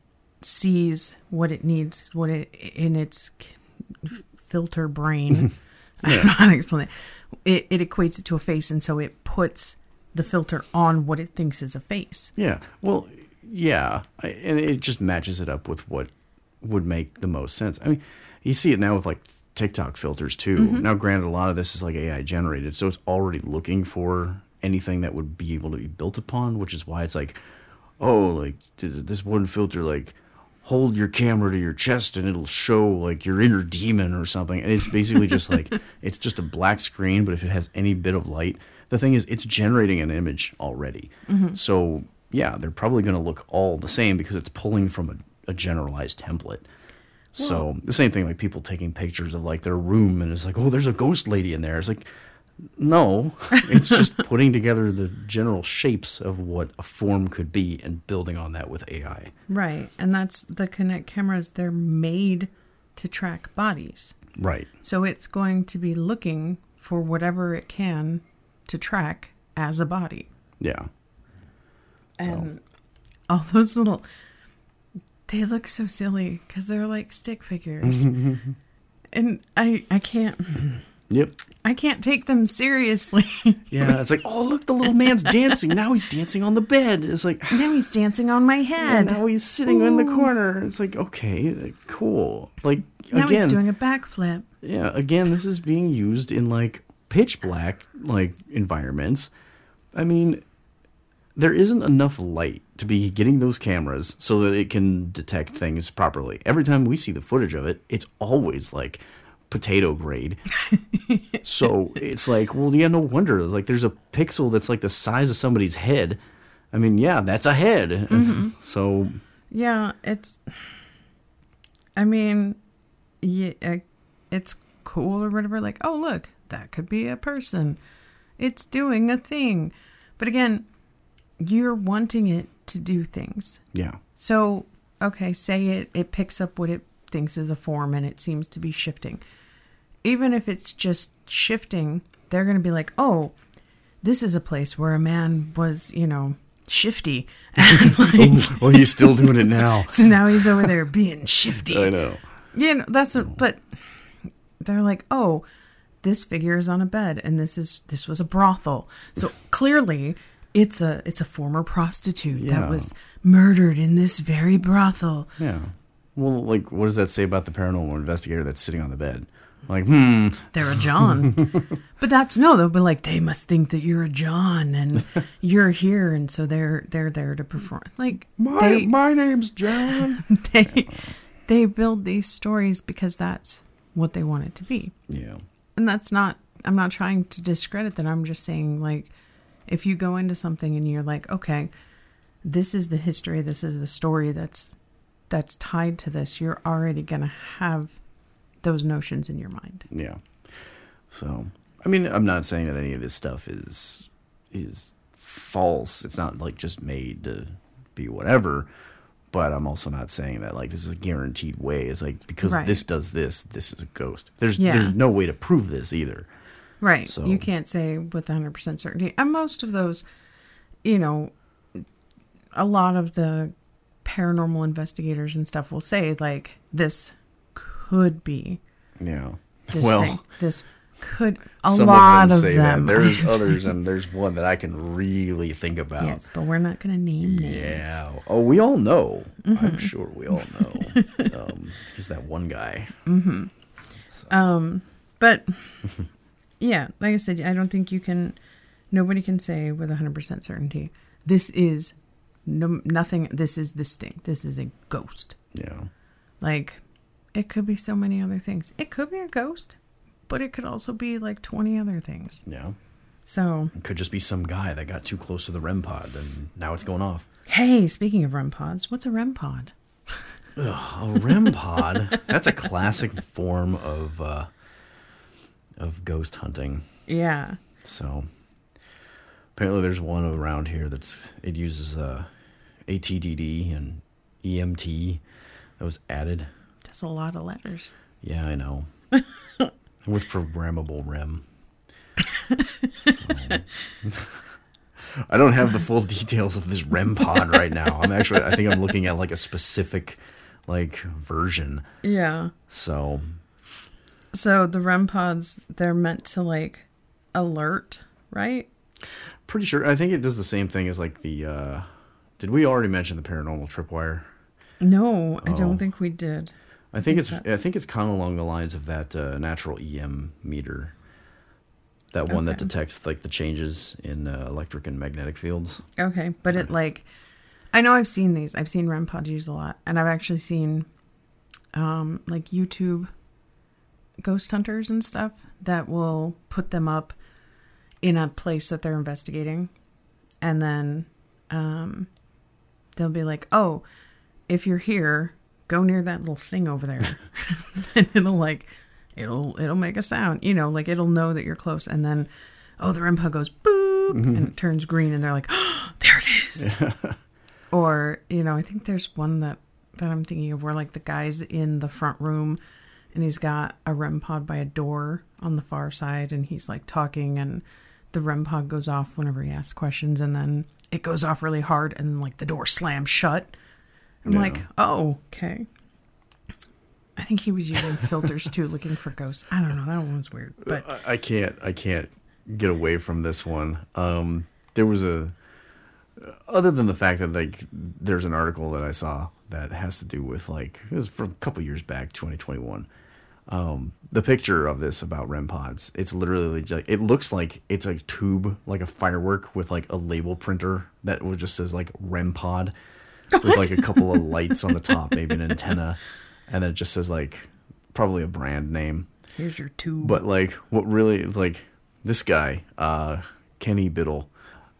C: sees what it needs, what it in its c- filter brain. [LAUGHS] I don't know how to explain it. it. It equates it to a face, and so it puts the filter on what it thinks is a face.
B: Yeah. Well, yeah, I, and it just matches it up with what would make the most sense. I mean, you see it now with like TikTok filters too. Now, granted, a lot of this is like AI generated, so it's already looking for anything that would be able to be built upon, which is why it's like, oh, like th- this one filter, like hold your camera to your chest and it'll show like your inner demon or something. And it's basically just like it's just a black screen, but if it has any bit of light, the thing is it's generating an image already. So yeah, they're probably going to look all the same because it's pulling from a, a generalized template. So the same thing like people taking pictures of like their room and it's like, oh, there's a ghost lady in there. It's like, no, it's just putting together the general shapes of what a form could be and building on that with AI.
C: Right. And that's the Kinect cameras. They're made to track bodies.
B: Right.
C: So it's going to be looking for whatever it can to track as a body. [LAUGHS]
B: Yeah. So.
C: And all those little. They look so silly because they're like
B: [LAUGHS]
C: stick figures. and I, I can't.
B: Yep.
C: I can't take them seriously. [LAUGHS]
B: Yeah. It's like, oh, look, the little man's [LAUGHS] dancing. Now he's dancing on the bed. It's like,
C: now he's dancing on my
B: and
C: head.
B: now he's sitting in the corner. It's like, okay, like, cool. Like,
C: now he's
B: again,
C: doing a backflip.
B: yeah, again, this is being used in like pitch black like environments. I mean, there isn't enough light to be getting those cameras so that it can detect things properly. Every time we see the footage of it, it's always like potato grade. so it's like, well, yeah, no wonder. It's like there's a pixel that's like the size of somebody's head. I mean, yeah, that's a head. [LAUGHS] so
C: Yeah, it's. I mean, yeah, uh, it's cool or whatever. Like, oh look, that could be a person. It's doing a thing, but again, you're wanting it to do things.
B: yeah,
C: So okay, say it it picks up what it thinks is a form and it seems to be shifting. Even if it's just shifting, they're going to be like, oh, this is a place where a man was, you know, shifty. [LAUGHS] And like,
B: well, Oh, he's still doing it now.
C: [LAUGHS] so now he's over there being shifty.
B: I know.
C: You know, that's what, but they're like, oh, this figure is on a bed and this is, this was a brothel. So clearly it's a, it's a former prostitute
B: Yeah.
C: that was murdered in this very brothel.
B: Yeah. Well, like, what does that say about the paranormal investigator that's sitting on the bed? Like, hmm,
C: They're a John.
B: [LAUGHS]
C: but that's no, they'll be like, they must think that you're a
B: [LAUGHS]
C: John and you're here. And so they're, they're there to perform. Like
B: my
C: they,
B: my name's John.
C: [LAUGHS]
B: [LAUGHS]
C: they, they build these stories because that's what they want it to be.
B: yeah.
C: and that's not i'm not trying to discredit that i'm just saying like if you go into something and you're like okay this is the history this is the story that's that's tied to this you're already going to have those notions in your mind
B: Yeah. So, I mean, I'm not saying that any of this stuff is is false. It's not like just made to be whatever. But I'm also not saying that like this is a guaranteed way. It's like because
C: Right.
B: this does this, this is a ghost. There's
C: Yeah.
B: there's no way to prove this either.
C: right
B: So-
C: you can't say with 100% certainty and most of those you know a lot of the paranormal investigators and stuff will say like this could be
B: Yeah.
C: this
B: well,
C: thing. this could a
B: some of
C: lot
B: them
C: of
B: say
C: them.
B: that.
C: [LAUGHS]
B: There's
C: I-
B: others, and there's one that I can really think about.
C: yes, but we're not gonna name names.
B: Yeah. Oh, we all know. I'm sure we all know. um, he's that one guy.
C: Mm-hmm. Um, But
B: [LAUGHS]
C: yeah, like I said, I don't think you can. Nobody can say with 100% certainty this is no, nothing. This is this thing. This is a ghost.
B: Yeah.
C: Like it could be so many other things. It could be a ghost, but it could also be like 20 other things.
B: Yeah.
C: So
B: It could just be some guy that got too close to the REM pod, and now it's going off.
C: hey, speaking of REM pods, what's a REM pod?
B: A REM pod. [LAUGHS] That's a classic form of uh, of ghost hunting.
C: Yeah.
B: So apparently, there's one around here that's it uses uh, ATDD and EMT that was added.
C: That's a lot of letters.
B: Yeah, I know. With programmable REM. So- [LAUGHS] I don't have the full details of this REM pod right now. I'm actually, I think I'm looking at like a specific like version.
C: Yeah.
B: So
C: So the REM pods, they're meant to like alert, right?
B: pretty sure. I think it does the same thing as like the. uh Did we already mention the paranormal tripwire?
C: No, I
B: Oh.
C: don't think we did.
B: I think it's. I
C: that's-
B: think it's kind of along the lines of that uh, natural EM meter. That one that
C: Okay.
B: detects like the changes in uh, electric and magnetic fields.
C: Okay, but it like I know I've seen these. I've seen REM pods used a lot, and I've actually seen um like YouTube ghost hunters and stuff that will put them up in a place that they're investigating and then um they'll be like, "Oh, if you're here, go near that little thing over there." [LAUGHS] and it'll like it'll it'll make a sound, you know, like it'll know that you're close and then oh, the REM pod goes boop and it turns green and they're like, [GASPS] oh, "There it is." or, you know, I think there's one that that I'm thinking of where like the guy's in the front room and he's got a E REM pod by a door on the far side and he's like talking and the E REM pod goes off whenever he asks questions and then it goes off really hard and then like the door slams shut. I'm
B: Yeah.
C: like, oh, okay. I think he was using filters too, looking for ghosts. I don't know. That one was weird. But
B: I- I can't I can't get away from this one. Um, there was a other than the fact that like there's an article that I saw that has to do with like it was from a couple years back, 2021. Um, the picture of this about REM pods, it's literally like it looks like it's a tube, like a firework with like a label printer that would just says like REM pod with like a couple of lights on the top, maybe an antenna, and then it just says like probably a brand name.
C: here's your two.
B: But like, what really like this guy, uh, Kenny Biddle,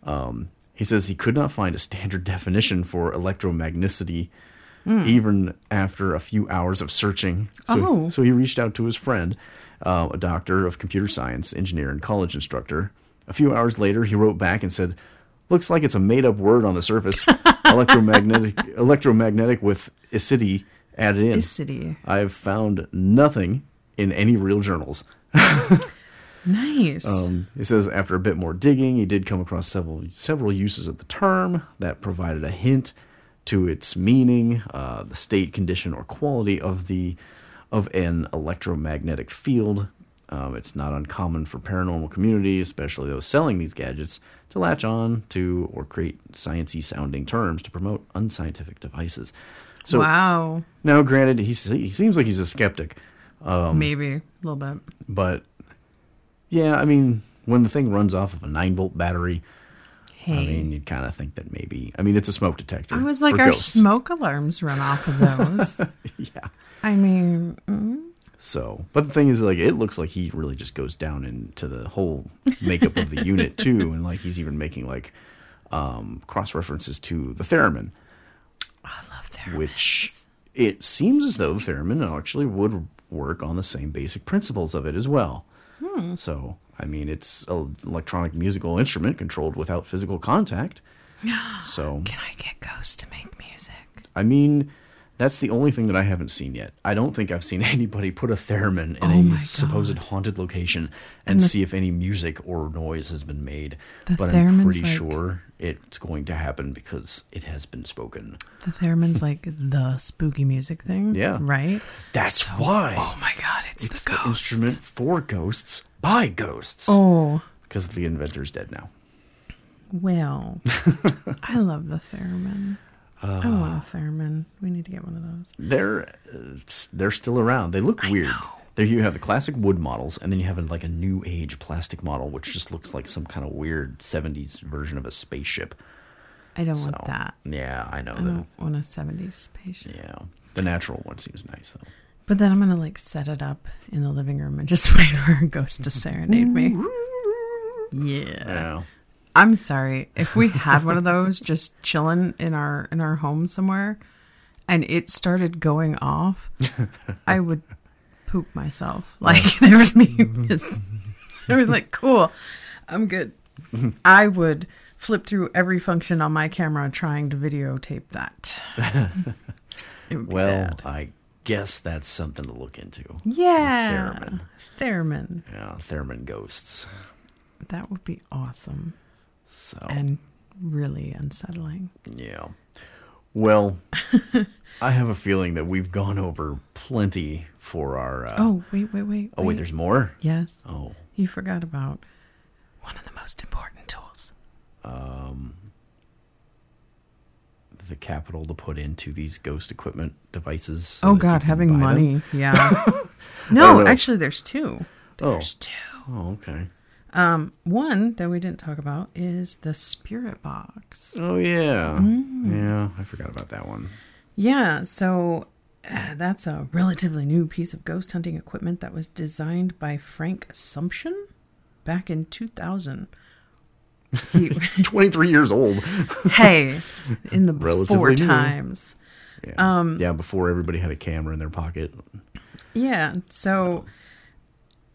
B: um, he says he could not find a standard [LAUGHS] definition for electromagnicity, even after a few hours of searching. So,
C: Oh.
B: so he reached out to his friend, uh, a doctor of computer science, engineer, and college instructor. A few hours later, he wrote back and said, "Looks like it's a made-up word on the surface. electromagnetic, electromagnetic with acidity added in.
C: city.
B: I've found nothing in any real journals.
C: Nice.
B: Um, it says after a bit more digging, he did come across several several uses of the term that provided a hint to its meaning, uh, the state, condition, or quality of the of an electromagnetic field. Um, it's not uncommon for paranormal community, especially those selling these gadgets, to latch on to or create sciency sounding terms to promote unscientific devices. So
C: wow.
B: now, granted, he, se- he seems like he's a skeptic, um,
C: Maybe a little bit.
B: but yeah, I mean, when the thing runs off of a nine volt battery,
C: Hey.
B: I mean, you'd kind of think that maybe. I mean, it's a smoke detector.
C: I was like,
B: for
C: our
B: ghosts.
C: smoke alarms run off of those.
B: [LAUGHS] Yeah.
C: I mean, mm,
B: So, but the thing is, like, it looks like he really just goes down into the whole makeup of the unit too, and like he's even making like um, cross references to the theremin,
C: I love their
B: which it seems as though the theremin actually would work on the same basic principles of it as well.
C: Hmm.
B: So, I mean, it's an electronic musical instrument controlled without
C: [GASPS]
B: physical contact. So,
C: Can I get ghosts to make music?
B: I mean, That's the only thing that I haven't seen yet. I don't think I've seen [LAUGHS] anybody put a theremin
C: Oh
B: in
C: my
B: a supposed haunted location and see if any music or noise has been made.
C: The
B: But I'm
C: theremin's
B: pretty
C: like-
B: sure it's going to happen because it has been spoken.
C: The theremin's like the spooky music thing.
B: Yeah.
C: Right?
B: That's why
C: Oh my god, it's,
B: it's
C: the
B: the,
C: ghost.
B: instrument for ghosts by ghosts
C: Oh,
B: because the inventor's dead now. [LAUGHS]
C: well. I love the theremin. I want a theremin. We need to get one of those.
B: They're uh, s- they're still around. They look weird. There you have the classic wood models, and then you have uh, like a new age plastic model, which just looks like some kind of weird '70s version of a spaceship.
C: I don't
B: So,
C: want that.
B: Yeah, I know.
C: I
B: though.
C: don't want a 70s patient.
B: Yeah, the natural one seems nice though.
C: But then I'm going to like set it up in the living room and just [LAUGHS] wait for a ghost to serenade me. Yeah.
B: Yeah,
C: I'm sorry. If we had one of those [LAUGHS] just chilling in our in our home somewhere and it started going off,
B: [LAUGHS]
C: I would poop myself. Like [LAUGHS] there was me just I was like, cool. I'm
B: [LAUGHS]
C: good. I would flip through every function on my camera trying to videotape
B: [LAUGHS]
C: that. It would be
B: well,
C: bad.
B: I guess that's something to look into.
C: Yeah.
B: Theremin.
C: Theremin.
B: Yeah, theremin ghosts.
C: That would be awesome
B: So
C: and really unsettling.
B: Yeah. Well, I have a feeling that we've gone over plenty for our. Uh,
C: Oh, wait, wait, wait.
B: oh, wait, there's more?
C: Yes.
B: Oh,
C: You forgot about one of the most important tools.
B: the capital to put into these ghost equipment devices. so
C: oh,
B: that you
C: God,
B: can
C: having
B: buy them?
C: money.
B: [LAUGHS]
C: Yeah. [LAUGHS]
B: I
C: no,
B: will.
C: actually, there's two.
B: Oh.
C: There's two.
B: Oh, okay.
C: Um, one that we didn't talk about is the spirit box.
B: Oh, yeah.
C: Mm.
B: Yeah, I forgot about that one. [LAUGHS]
C: Yeah, so uh, that's a relatively new piece of ghost hunting equipment that was designed by Frank Assumption back in 2000.
B: [LAUGHS]
C: He, [LAUGHS]
B: 23 years old.
C: hey, in the before
B: Relatively new.
C: times.
B: Yeah.
C: Um,
B: yeah, before everybody had a camera in their pocket.
C: Yeah. So,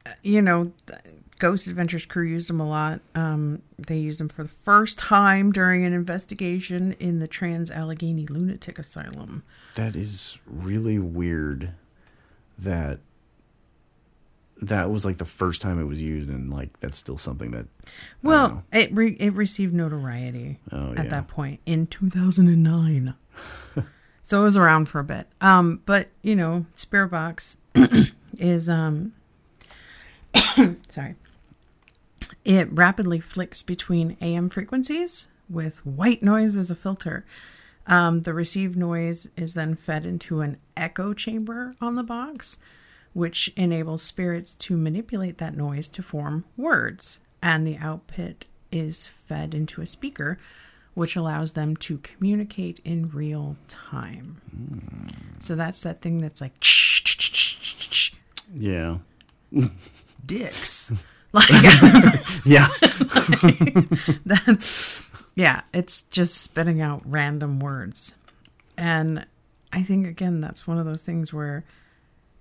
C: uh, you know, th- Ghost Adventures crew used them a lot. Um, they used them for the first time during an investigation in the Trans Allegheny Lunatic Asylum.
B: That is really weird that that was like the first time it was used and like that's still something that
C: Well, it re- it received notoriety
B: Oh,
C: at
B: yeah.
C: that point
B: [LAUGHS]
C: in 2009. so it was around for a bit. Um, but you know, Spirit Box [COUGHS] is um, [COUGHS] sorry, it rapidly flicks between AM frequencies with white noise as a filter. Um, the received noise is then fed into an echo chamber on the box, which enables spirits to manipulate that noise to form words. And the output is fed into a speaker, which allows them to communicate in real time. So that's that thing that's like [LAUGHS]
B: yeah.
C: dicks. Like [LAUGHS]
B: Yeah.
C: that's yeah, it's just spitting out random words. And I think again that's one of those things where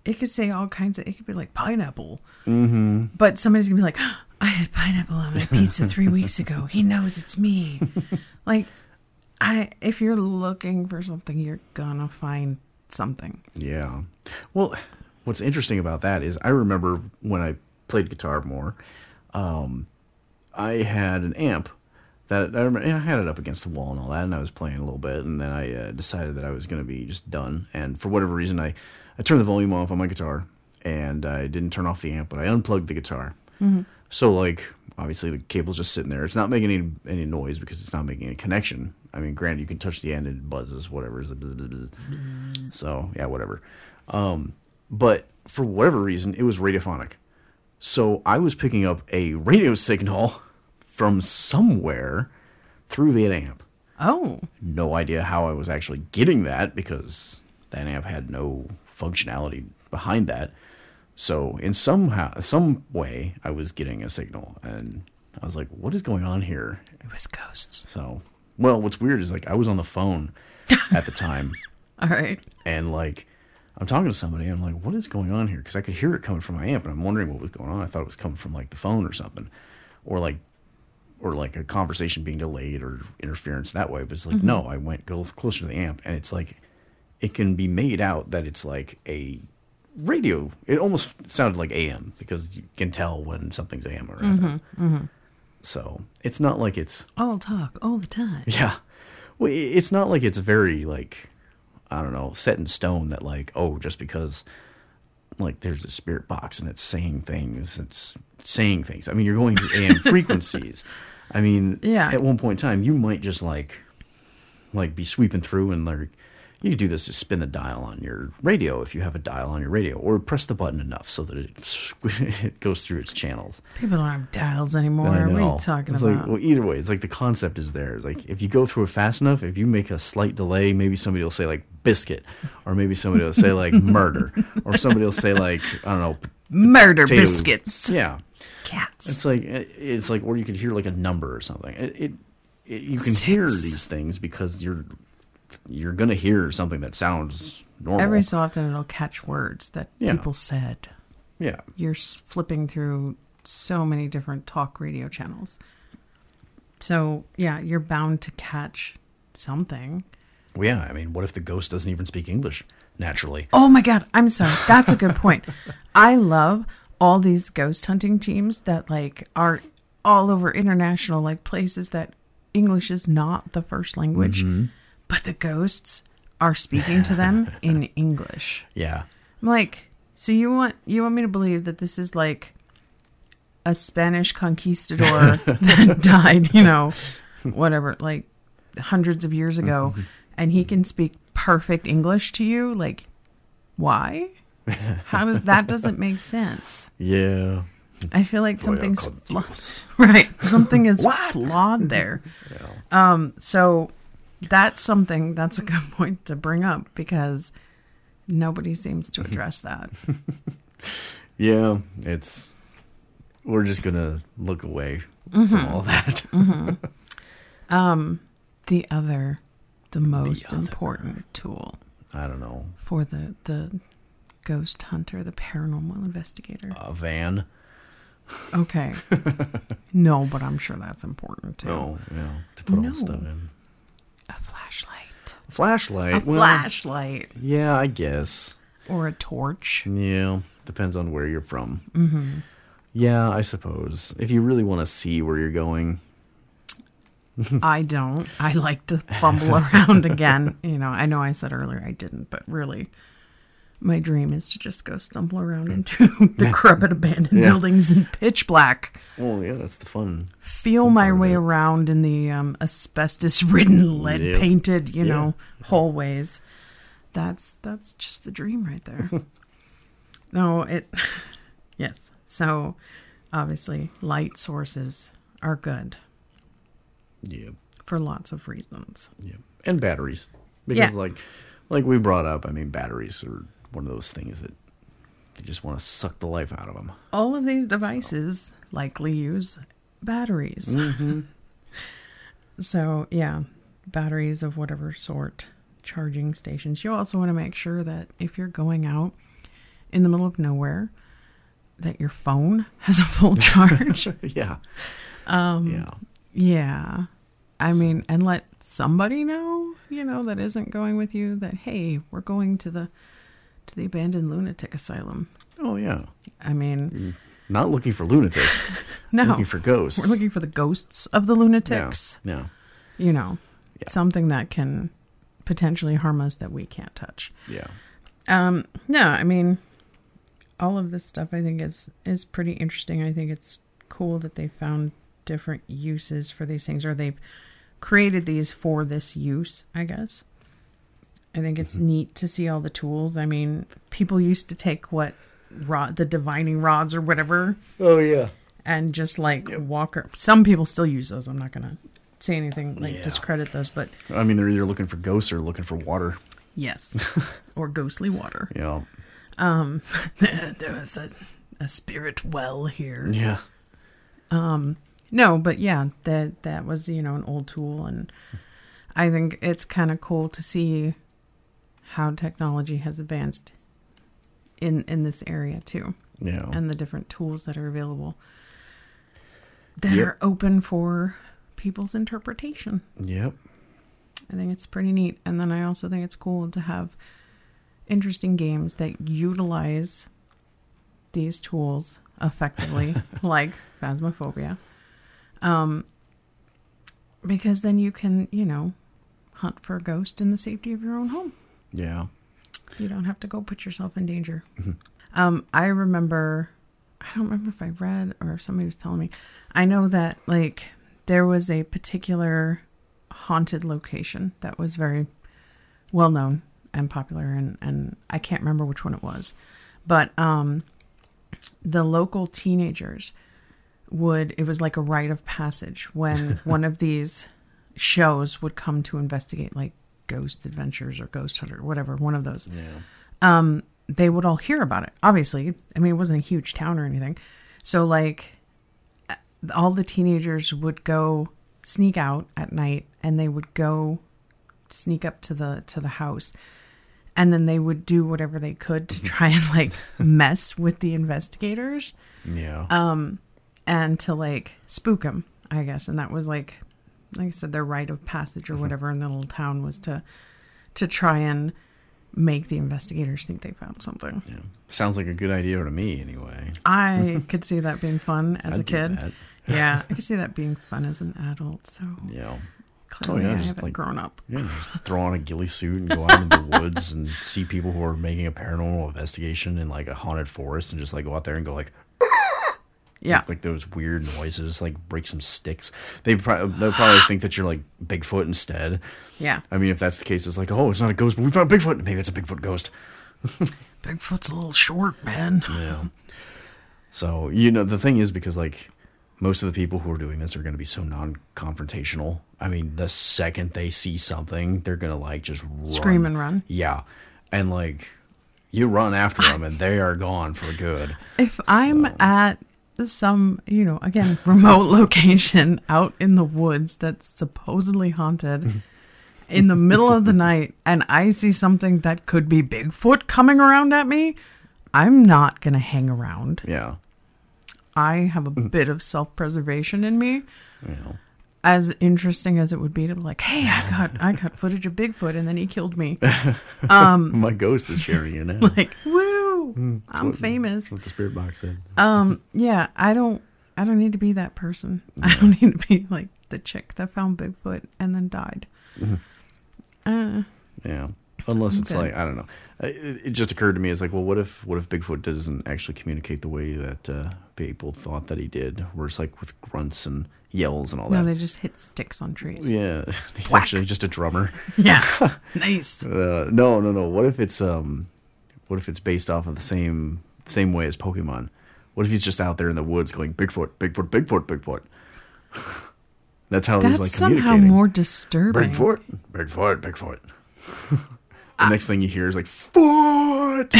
C: it could say all kinds of it could be like pineapple. Mm-hmm. But somebody's gonna be like, [GASPS] I had pineapple on my pizza
B: [LAUGHS]
C: three weeks ago. He knows it's me. like I if you're looking for something, you're gonna find something.
B: Yeah. Well, what's interesting about that is I remember when I played guitar more, um, I had an amp that I, remember, I had it up against the wall and all that, and I was playing a little bit, and then I uh, decided that I was going to be just done. And for whatever reason, I, I turned the volume off on my guitar, and I didn't turn off the amp, but I unplugged the guitar. So like obviously the cable's just sitting there. It's not making any any noise because it's not making any connection. I mean, granted you can touch the end and it buzzes, whatever. It's a bzz, bzz, bzz. So yeah, whatever. Um, but for whatever reason, it was radiophonic. So I was picking up a radio signal from somewhere through that amp.
C: Oh.
B: No idea how I was actually getting that because that amp had no functionality behind that. So in somehow some way I was getting a signal and I was like, what is going on here?
C: It was ghosts.
B: So well what's weird is like I was on the phone at the time
C: All right.
B: and like I'm talking to somebody and I'm like, what is going on here? Because I could hear it coming from my amp and I'm wondering what was going on. I thought it was coming from like the phone or something. Or like or like a conversation being delayed or interference that way. But it's like, no, I went go closer to the amp and it's like it can be made out that it's like a radio. It almost sounded like AM because you can tell when something's AM or FM. So it's not like it's
A: All talk, all the time.
B: yeah. Well, i- it's not like it's very like I don't know set in stone that like oh just because like there's a spirit box and it's saying things it's saying things. I mean you're going through AM frequencies. I mean
C: Yeah.
B: At one point in time you might just like like be sweeping through and like you could do this to spin the dial on your radio if you have a dial on your radio or press the button enough so that it, it [LAUGHS] goes through its channels.
C: People don't have dials anymore.
B: I
C: What are
B: know.
C: you talking
B: It's like-
C: about?
B: well, either way, it's like the concept is there. It's like if you go through it fast enough, if you make a slight delay, maybe somebody will say like biscuit, or maybe somebody will say
C: [LAUGHS]
B: like murder, or somebody will say like I don't know. p-
C: Murder
B: potato.
C: biscuits.
B: Yeah,
C: Cats.
B: it's like eh, it's like or you could hear like a number or something. It, it, it you can hear
C: Six.
B: these things because you're you're gonna hear something that sounds normal.
C: Every so often it'll catch words that
B: Yeah.
C: people said.
B: yeah,
C: You're s- flipping through so many different talk radio channels. So, yeah, you're bound to catch something.
B: well, yeah. I mean, what if the ghost doesn't even speak English naturally?
C: Oh my god, I'm [LAUGHS] sorry. That's a good point. I love all these ghost hunting teams that like are all over international like places that English is not the first language, but the ghosts are speaking to [LAUGHS] them in English.
B: Yeah,
C: I'm like, so you want you want me to believe that this is like a Spanish conquistador that died, you know, whatever, like hundreds of years ago, and he can speak perfect English to you? Like, why? How does that doesn't make sense?
B: yeah.
C: I feel like
B: Voy a
C: something's
B: con
C: fla-
B: Dios.
C: [LAUGHS] right. Something is flawed there. Um, so that's something that's a good point to bring up because nobody seems to address that.
B: Yeah, it's we're just gonna look away from
C: Mm-hmm.
B: all that. [LAUGHS]
C: Um, The other, the most
B: other.
C: important tool
B: I don't know
C: for the the ghost hunter, the paranormal investigator.
B: a van. [LAUGHS]
C: Okay. no, but I'm sure that's important too.
B: No, Oh, yeah, to put all
C: No.
B: all stuff in.
C: A flashlight.
B: Flashlight.
C: A
B: well,
C: flashlight
B: Yeah, I guess.
C: or
B: [LAUGHS]
C: a torch.
B: Yeah, depends on where you're from. Mm-hmm. Yeah, I suppose if you really want to see where you're going.
C: I don't. I like to
B: [LAUGHS]
C: fumble around again. You know, I know I said earlier I didn't, but really, my dream is to just go stumble around into [LAUGHS] decrepit abandoned
B: Hmm. Yeah.
C: buildings in pitch black,
B: Well, Oh, yeah, that's the fun.
C: feel my
B: part of
C: way
B: it.
C: around in the um, asbestos [LAUGHS] ridden, lead
B: Yep.
C: painted, you
B: Yeah.
C: know, hallways. That's that's just the dream
B: [LAUGHS]
C: right there. no, it. [LAUGHS] Yes. So, obviously, light sources are good
B: Yeah,
C: for lots of reasons.
B: yeah, and batteries because
C: Yeah.
B: like, like we brought up. I mean, batteries are one of those things that you just want to suck the life out of them.
C: all of these devices likely use batteries. [LAUGHS] so, yeah, batteries of whatever sort, charging stations. You also want to make sure that if you're going out in the middle of nowhere, that your phone [LAUGHS] has a
B: [LAUGHS]
C: full charge.
B: yeah. Um. Yeah.
C: yeah. I mean, and let somebody know, you know, that isn't going with you that hey, we're going to the to the abandoned lunatic asylum.
B: Oh yeah.
C: I mean,
B: Not looking for lunatics.
C: [LAUGHS] no.
B: Looking for ghosts.
C: We're looking for the ghosts of the
B: Yeah,
C: lunatics.
B: Yeah.
C: You know,
B: Yeah.
C: something that can potentially harm us that we can't touch.
B: Yeah.
C: Um, no, I mean, all of this stuff I think is is pretty interesting. I think it's cool that they found different uses for these things, or they've created these for this use. I guess. I think
B: Mm-hmm.
C: it's neat to see all the tools. I mean, people used to take what rod, the divining rods or whatever,
B: Oh yeah.
C: and just like walk ar- some people still use those i'm not gonna say anything like
B: Yeah.
C: discredit those but
B: I mean, they're either looking for ghosts or looking for water.
C: [LAUGHS] yes or ghostly water Um,
B: Yeah.
C: [LAUGHS] there was a, a spirit well here
B: Yeah.
C: no but yeah that that was you know an old tool and i think it's kind of cool to see how technology has advanced in in this area too
B: Yeah.
C: and the different tools that are available that
B: Yep.
C: are open for people's interpretation
B: yep.
C: I think it's pretty neat. And then I also think it's cool to have interesting games that utilize these tools effectively, like Phasmophobia. Um, because then you can, you know, hunt for a ghost in the safety of your own home.
B: Yeah.
C: You don't have to go put yourself in danger. um, I remember, I don't remember if I read or if somebody was telling me. I know that like there was a particular haunted location that was very well known and popular, and and I can't remember which one it was, but um, the local teenagers would it was like a rite of passage when one of these shows would come to investigate like ghost adventures or ghost hunter or whatever one of those
B: Yeah.
C: um, they would all hear about it. Obviously, I mean, it wasn't a huge town or anything. So, like, uh, all the teenagers would go sneak out at night, and they would go sneak up to the to the house, and then they would do whatever they could to try and like mess with the investigators
B: Yeah.
C: Uh, Um, and to like spook them, I guess. And that was like, like I said, their rite of passage or whatever in the little town was to to try and make the investigators think they found something.
B: yeah. Sounds like a good idea to me, anyway.
C: I could see that being fun as
B: I'd
C: a
B: do
C: kid.
B: that.
C: Yeah, I could see that being fun as an adult. So
B: Oh, Yeah.
C: clearly,
B: yeah,
C: I
B: just
C: haven't
B: like-
C: grown up.
B: Yeah, just throw on a ghillie suit and go out into
C: [LAUGHS]
B: the woods and see people who are making a paranormal investigation in like a haunted forest and just like go out there and go like
C: Yeah,
B: make, like those weird noises, like break some sticks. They probably they'll
C: [GASPS]
B: probably think that you're like Bigfoot instead.
C: yeah.
B: I mean, if that's the case, it's like oh, it's not a ghost, but we found Bigfoot. Maybe it's a Bigfoot ghost.
C: Bigfoot's a little short, man.
B: Yeah. So you know the thing is because like most of the people who are doing this are going to be so non-confrontational. I mean, the second they see something, they're going to like just run.
C: Scream and run.
B: Yeah, and like you run after them, and they are gone for good.
C: If I'm
B: So-
C: at some, you know, again, [LAUGHS] remote location out in the woods that's supposedly haunted in the middle of the night and I see something that could be Bigfoot coming around at me, I'm not going to hang around.
B: Yeah,
C: I have a bit of self preservation in me.
B: you know.
C: as interesting as it would be to be like, hey, I got I got footage of Bigfoot and then he killed me. [LAUGHS] Um,
B: [LAUGHS] my ghost is sharing it now.
C: [LAUGHS]
B: Hmm.
C: like, woo, I'm
B: what-
C: famous.
B: what the spirit box said.
C: Um, yeah, I don't I don't need to be that person. [LAUGHS] I don't need to be like the chick that found Bigfoot and then died. Uh,
B: Yeah, unless it's
C: Okay.
B: like I don't know. I- It, it just occurred to me. It's like, well, what if what if Bigfoot doesn't actually communicate the way that uh, people thought that he did? Where it's like with grunts and yells and all that.
C: no, they just hit sticks on trees.
B: Yeah, [LAUGHS] he's
C: Whack.
B: actually just a drummer.
C: [LAUGHS] Yeah,
B: [LAUGHS]
C: nice.
B: Uh, no, no, no. What if it's um, what if it's based off of the same same way as Pokemon? What if he's just out there in the woods going Bigfoot, Bigfoot, Bigfoot, Bigfoot? [LAUGHS] That's how
C: That's
B: he's like
C: somehow
B: communicating.
C: more disturbing.
B: Bigfoot, Bigfoot, Bigfoot. [LAUGHS] the
C: Ah.
B: next thing you hear is like foot.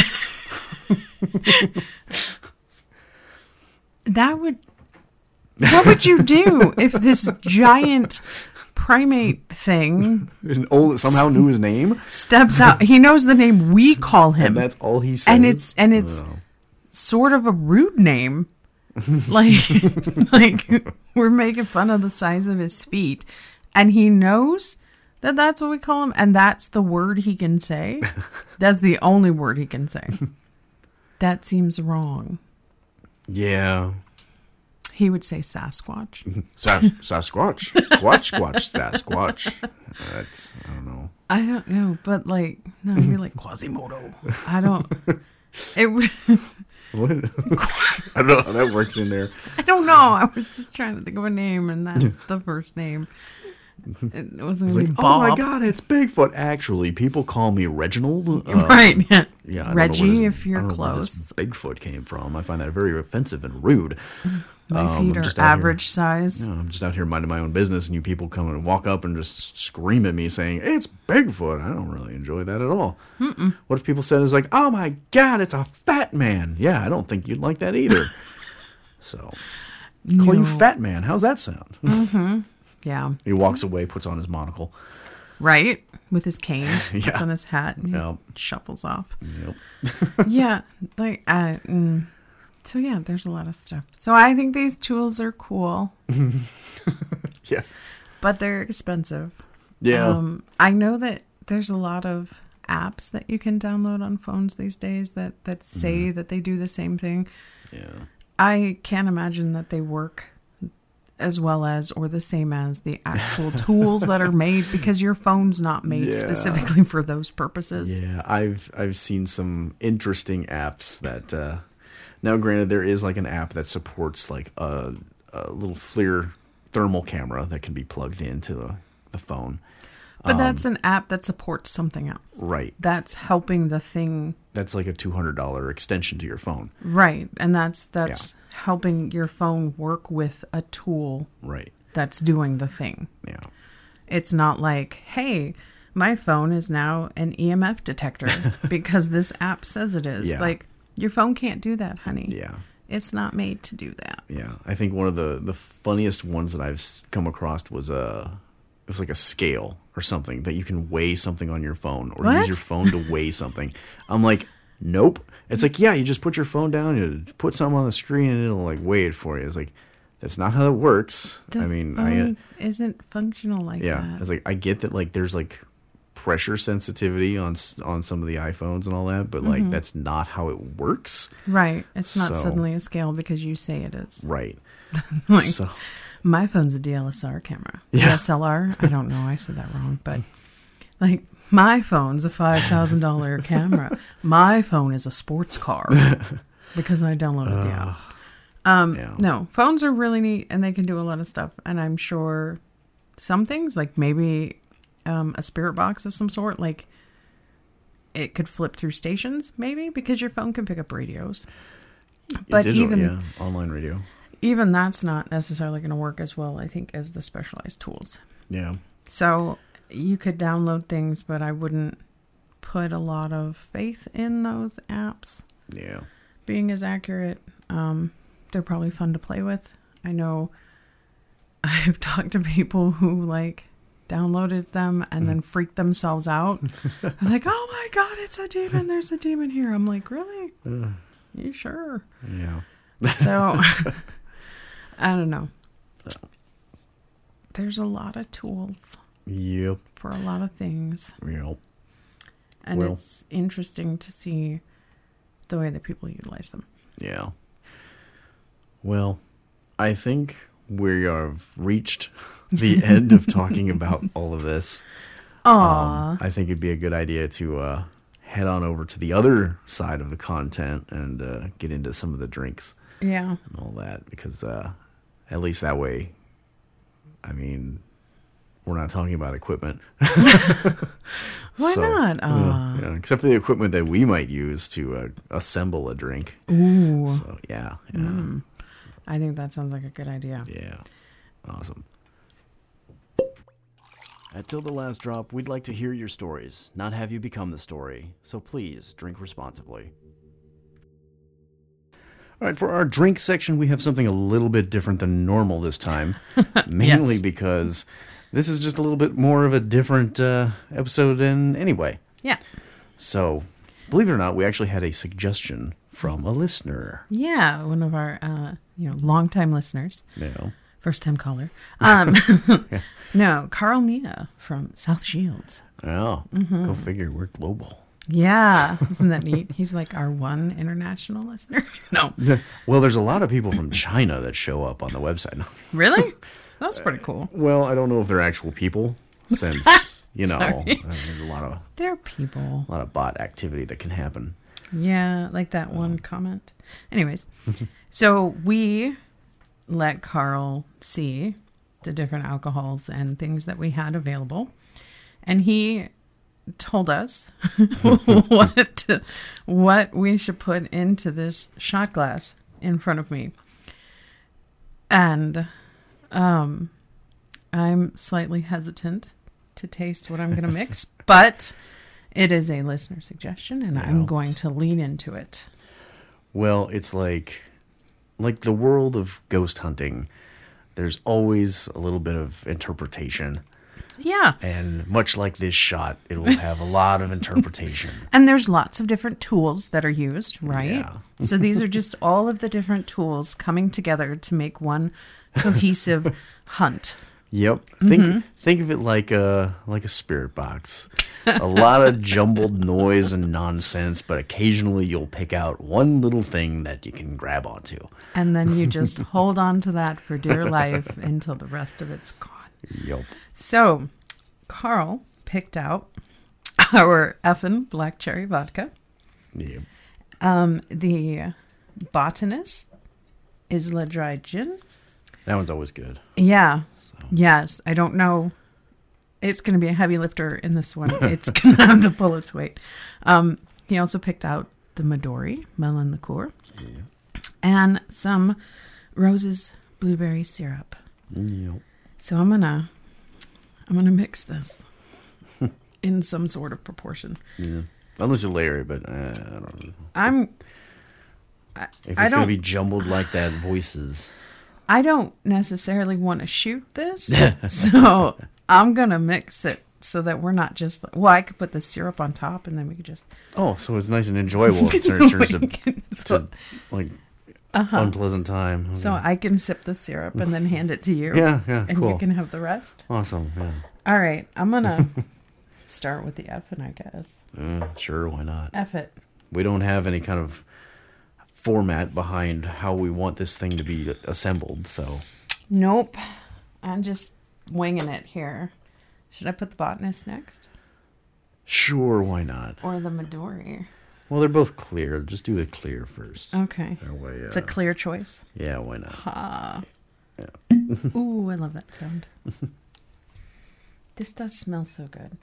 B: [LAUGHS]
C: That would. What would you do if this giant primate thing
B: and old, somehow knew his name,
C: steps out. He knows the name we call him,
B: and
C: and,
B: that's all he said.
C: it's and it's
B: Oh.
C: sort of a rude name. like, [LAUGHS] like we're making fun of the size of his feet, and he knows that that's what we call him, and that's the word he can say. that's the only word he can say. that seems wrong.
B: yeah.
C: He would say Sasquatch. [LAUGHS]
B: Sas- Sasquatch, Quatch, Quatch, Sasquatch. That's I don't know.
C: I don't know, but like, no, he'd be like Quasimodo. I don't. It would.
B: What? [LAUGHS] I don't know how that works in there.
C: I don't know. I was just trying to think of a name, and that's
B: [LAUGHS]
C: the first name. It wasn't
B: It's
C: gonna
B: like,
C: be
B: oh
C: Bob.
B: my god, it's Bigfoot. Actually, people call me Reginald. Uh,
C: [LAUGHS] Right?
B: [LAUGHS]
C: Yeah.
B: Yeah, I don't know where
C: Reggie,
B: this-
C: if you're
B: I don't know where this
C: close.
B: Bigfoot came from. I find that very offensive and rude.
C: My
B: Um,
C: feet
B: I'm just
C: are
B: out here.
C: average size.
B: Yeah, I'm just out here minding my own business, and you people come and walk up and just scream at me saying, It's Bigfoot. I don't really enjoy that at all. What if people said it's like, Oh my God, it's a fat man? Yeah, I don't think you'd like that either. so, call you
C: No.
B: fat man. How's that sound?
C: Yeah.
B: he walks away, puts on his monocle.
C: Right. With his cane,
B: [LAUGHS] Yeah.
C: it's on his hat, and he
B: Yep. [LAUGHS]
C: shuffles off.
B: Yep.
C: yeah. Like. Uh, mm. So yeah, there's a lot of stuff. So I think these tools are cool,
B: [LAUGHS] Yeah.
C: but they're expensive.
B: Yeah.
C: Um, I know that there's a lot of apps that you can download on phones these days that that
B: Mm-hmm.
C: say that they do the same thing.
B: yeah.
C: I can't imagine that they work as well as or the same as the
B: [LAUGHS]
C: actual tools that are made because your phone's not made
B: Yeah.
C: specifically for those purposes.
B: Yeah, I've I've seen some interesting apps that. Uh, now, granted, there is like an app that supports like a, a little FLIR thermal camera that can be plugged into the, the phone. Um,
C: But that's an app that supports something else.
B: Right,
C: That's helping the thing
B: that's like a two hundred dollar extension to your phone.
C: right and that's that's helping your phone work with a tool
B: Right.
C: that's doing the thing.
B: Yeah.
C: It's not like, hey, my phone is now an
B: [LAUGHS]
C: EMF detector because this app says it is.
B: Yeah.
C: Like, your phone can't do that, honey.
B: Yeah.
C: It's not made to do that.
B: Yeah. I think one of the the funniest ones that I've s- come across was a it was like a scale or something that you can weigh something on your phone or
C: What?
B: use your phone to weigh something. I'm like, nope. It's like, yeah, you just put your phone down, you put something on the screen, and it'll like weigh it for you. It's like that's not how it works.
C: The
B: I mean, I uh,
C: phone isn't functional like
B: yeah,
C: that.
B: it's like I get that like there's like pressure sensitivity on s- on some of the iPhones and all that, but like
C: Mm-hmm.
B: that's not how it works.
C: right. It's not
B: So-
C: suddenly a scale because you say it is. [LAUGHS]
B: Right.
C: Like,
B: so
C: my phone's a DSLR camera.
B: Yeah.
C: DSLR? I don't know. I said that wrong. But, like, my phone's
B: [LAUGHS]
C: a $5,000 camera. My phone is a sports car because I downloaded the app. Um,
B: yeah.
C: No, phones are really neat and they can do a lot of stuff. And I'm sure some things, like maybe um, a spirit box of some sort, like it could flip through stations, maybe because your phone can pick up radios. But
B: digital,
C: even
B: yeah, online radio.
C: even that's not necessarily going to work as well, I think, as the specialized tools.
B: Yeah.
C: So you could download things, but I wouldn't put a lot of faith in those apps
B: Yeah.
C: being as accurate. Um, they're probably fun to play with. I know [LAUGHS] I've talked to people who like downloaded them and then freaked themselves out. They're like, oh my God, it's a demon. There's a demon here. I'm like, really? You sure?
B: Yeah.
C: So [LAUGHS] I don't know. There's a lot of tools
B: Yep.
C: for a lot of things.
B: Yep.
C: And
B: Well-
C: it's interesting to see the way that people utilize them.
B: Yeah. Well, I think we have
C: [LAUGHS]
B: reached the end of talking about all of this.
C: Aw.
B: Um, I think it'd be a good idea to uh, head on over to the other side of the content and uh, get into some of the drinks
C: yeah.
B: and all that because uh, at least that way, I mean, we're not talking about equipment.
C: Why
B: So,
C: not?
B: yeah,
C: Aw.
B: yeah, except for the equipment that we might use to uh, assemble a drink.
C: Ooh.
B: So yeah, yeah,
C: Mm. I think that sounds like a good idea.
B: yeah, awesome.
D: At Till the Last Drop, we'd like to hear your stories, not have you become the story. So please drink responsibly.
B: All right, for our drink section, we have something a little bit different than normal this time, mainly because this is just a little bit more of a different uh, episode than anyway.
C: Yeah.
B: So, believe it or not, we actually had a suggestion from a listener.
C: Yeah. One of our, uh, you know, longtime listeners,
B: You know,
C: first
B: [LAUGHS]
C: time caller. Um, [LAUGHS] no, Carl Mia from South Shields.
B: oh, go figure, we're global. [LAUGHS]
C: Yeah. Isn't that neat? He's like our one international listener. [LAUGHS] no.
B: Well, there's a lot of people from China that show up on the website. [LAUGHS]
C: Really? That's pretty cool.
B: Well, I don't know if they're actual [LAUGHS] people, since you know uh, there's a lot of
C: They're people.
B: a lot of bot activity that can happen.
C: Yeah, like that one comment. Anyways, so we let Carl see the different alcohols and things that we had available. And he told us [LAUGHS] what to- what we should put into this shot glass in front of me. And um I'm slightly hesitant to taste what I'm going to mix, but it is a listener suggestion and I'm
B: Yeah.
C: going to lean into it.
B: Well, it's like like the world of ghost hunting. There's always a little bit of interpretation,
C: Yeah.
B: and much like this shot, it will have a lot [LAUGHS] of interpretation.
C: And there's lots of different tools that are used, right?
B: Yeah.
C: so these are just all of the different tools coming together to make one cohesive hunt.
B: Yep. Think
C: Mm-hmm.
B: think of it like a like a spirit box. a lot of
C: [LAUGHS]
B: jumbled noise and nonsense, but occasionally you'll pick out one little thing that you can grab onto.
C: And then you just hold on to that for dear life until the rest of it's gone.
B: Yep.
C: So, Carl picked out our effin' black cherry vodka.
B: Yep.
C: Um, the botanist is Ledry Gin.
B: That one's always good.
C: Yeah. Yes. I don't know. It's going to be a heavy lifter in this one. It's going to have to pull its weight. Um, he also picked out the Midori melon liqueur and some Rose's blueberry syrup.
B: Yep.
C: So I'm gonna I'm gonna mix this in some sort of proportion.
B: Yeah. Unless you layer it, but uh, I don't know.
C: I'm
B: If
C: I
B: it's going
C: don't-
B: to be jumbled like that, voices.
C: I don't necessarily want to shoot this, so I'm gonna mix it so that we're not just well. I could put the syrup on top, and then we could just
B: Oh, so it's nice and enjoyable.
C: [LAUGHS]
B: It
C: Oh
B: turns, turns to,
C: so,
B: to like unpleasant time.
C: Uh-huh. so I can sip the syrup and then hand it to you.
B: yeah, yeah,
C: and
B: cool.
C: you can have the rest.
B: Awesome. Yeah.
C: All right,
B: [LAUGHS]
C: I'm gonna start with the effin. I guess
B: Uh, sure, why not?
C: F it.
B: We don't have any kind of format behind how we want this thing to be assembled, so
C: Nope, I'm just winging it here. Should I put the botanist next?
B: sure, why not?
C: or the Midori.
B: Well, they're both clear. Just do the clear first.
C: Okay.
B: That way,
C: Oh. It's a
B: uh,
C: clear choice.
B: yeah, why not? [LAUGHS]
C: Ooh, I love that sound. this does smell so good.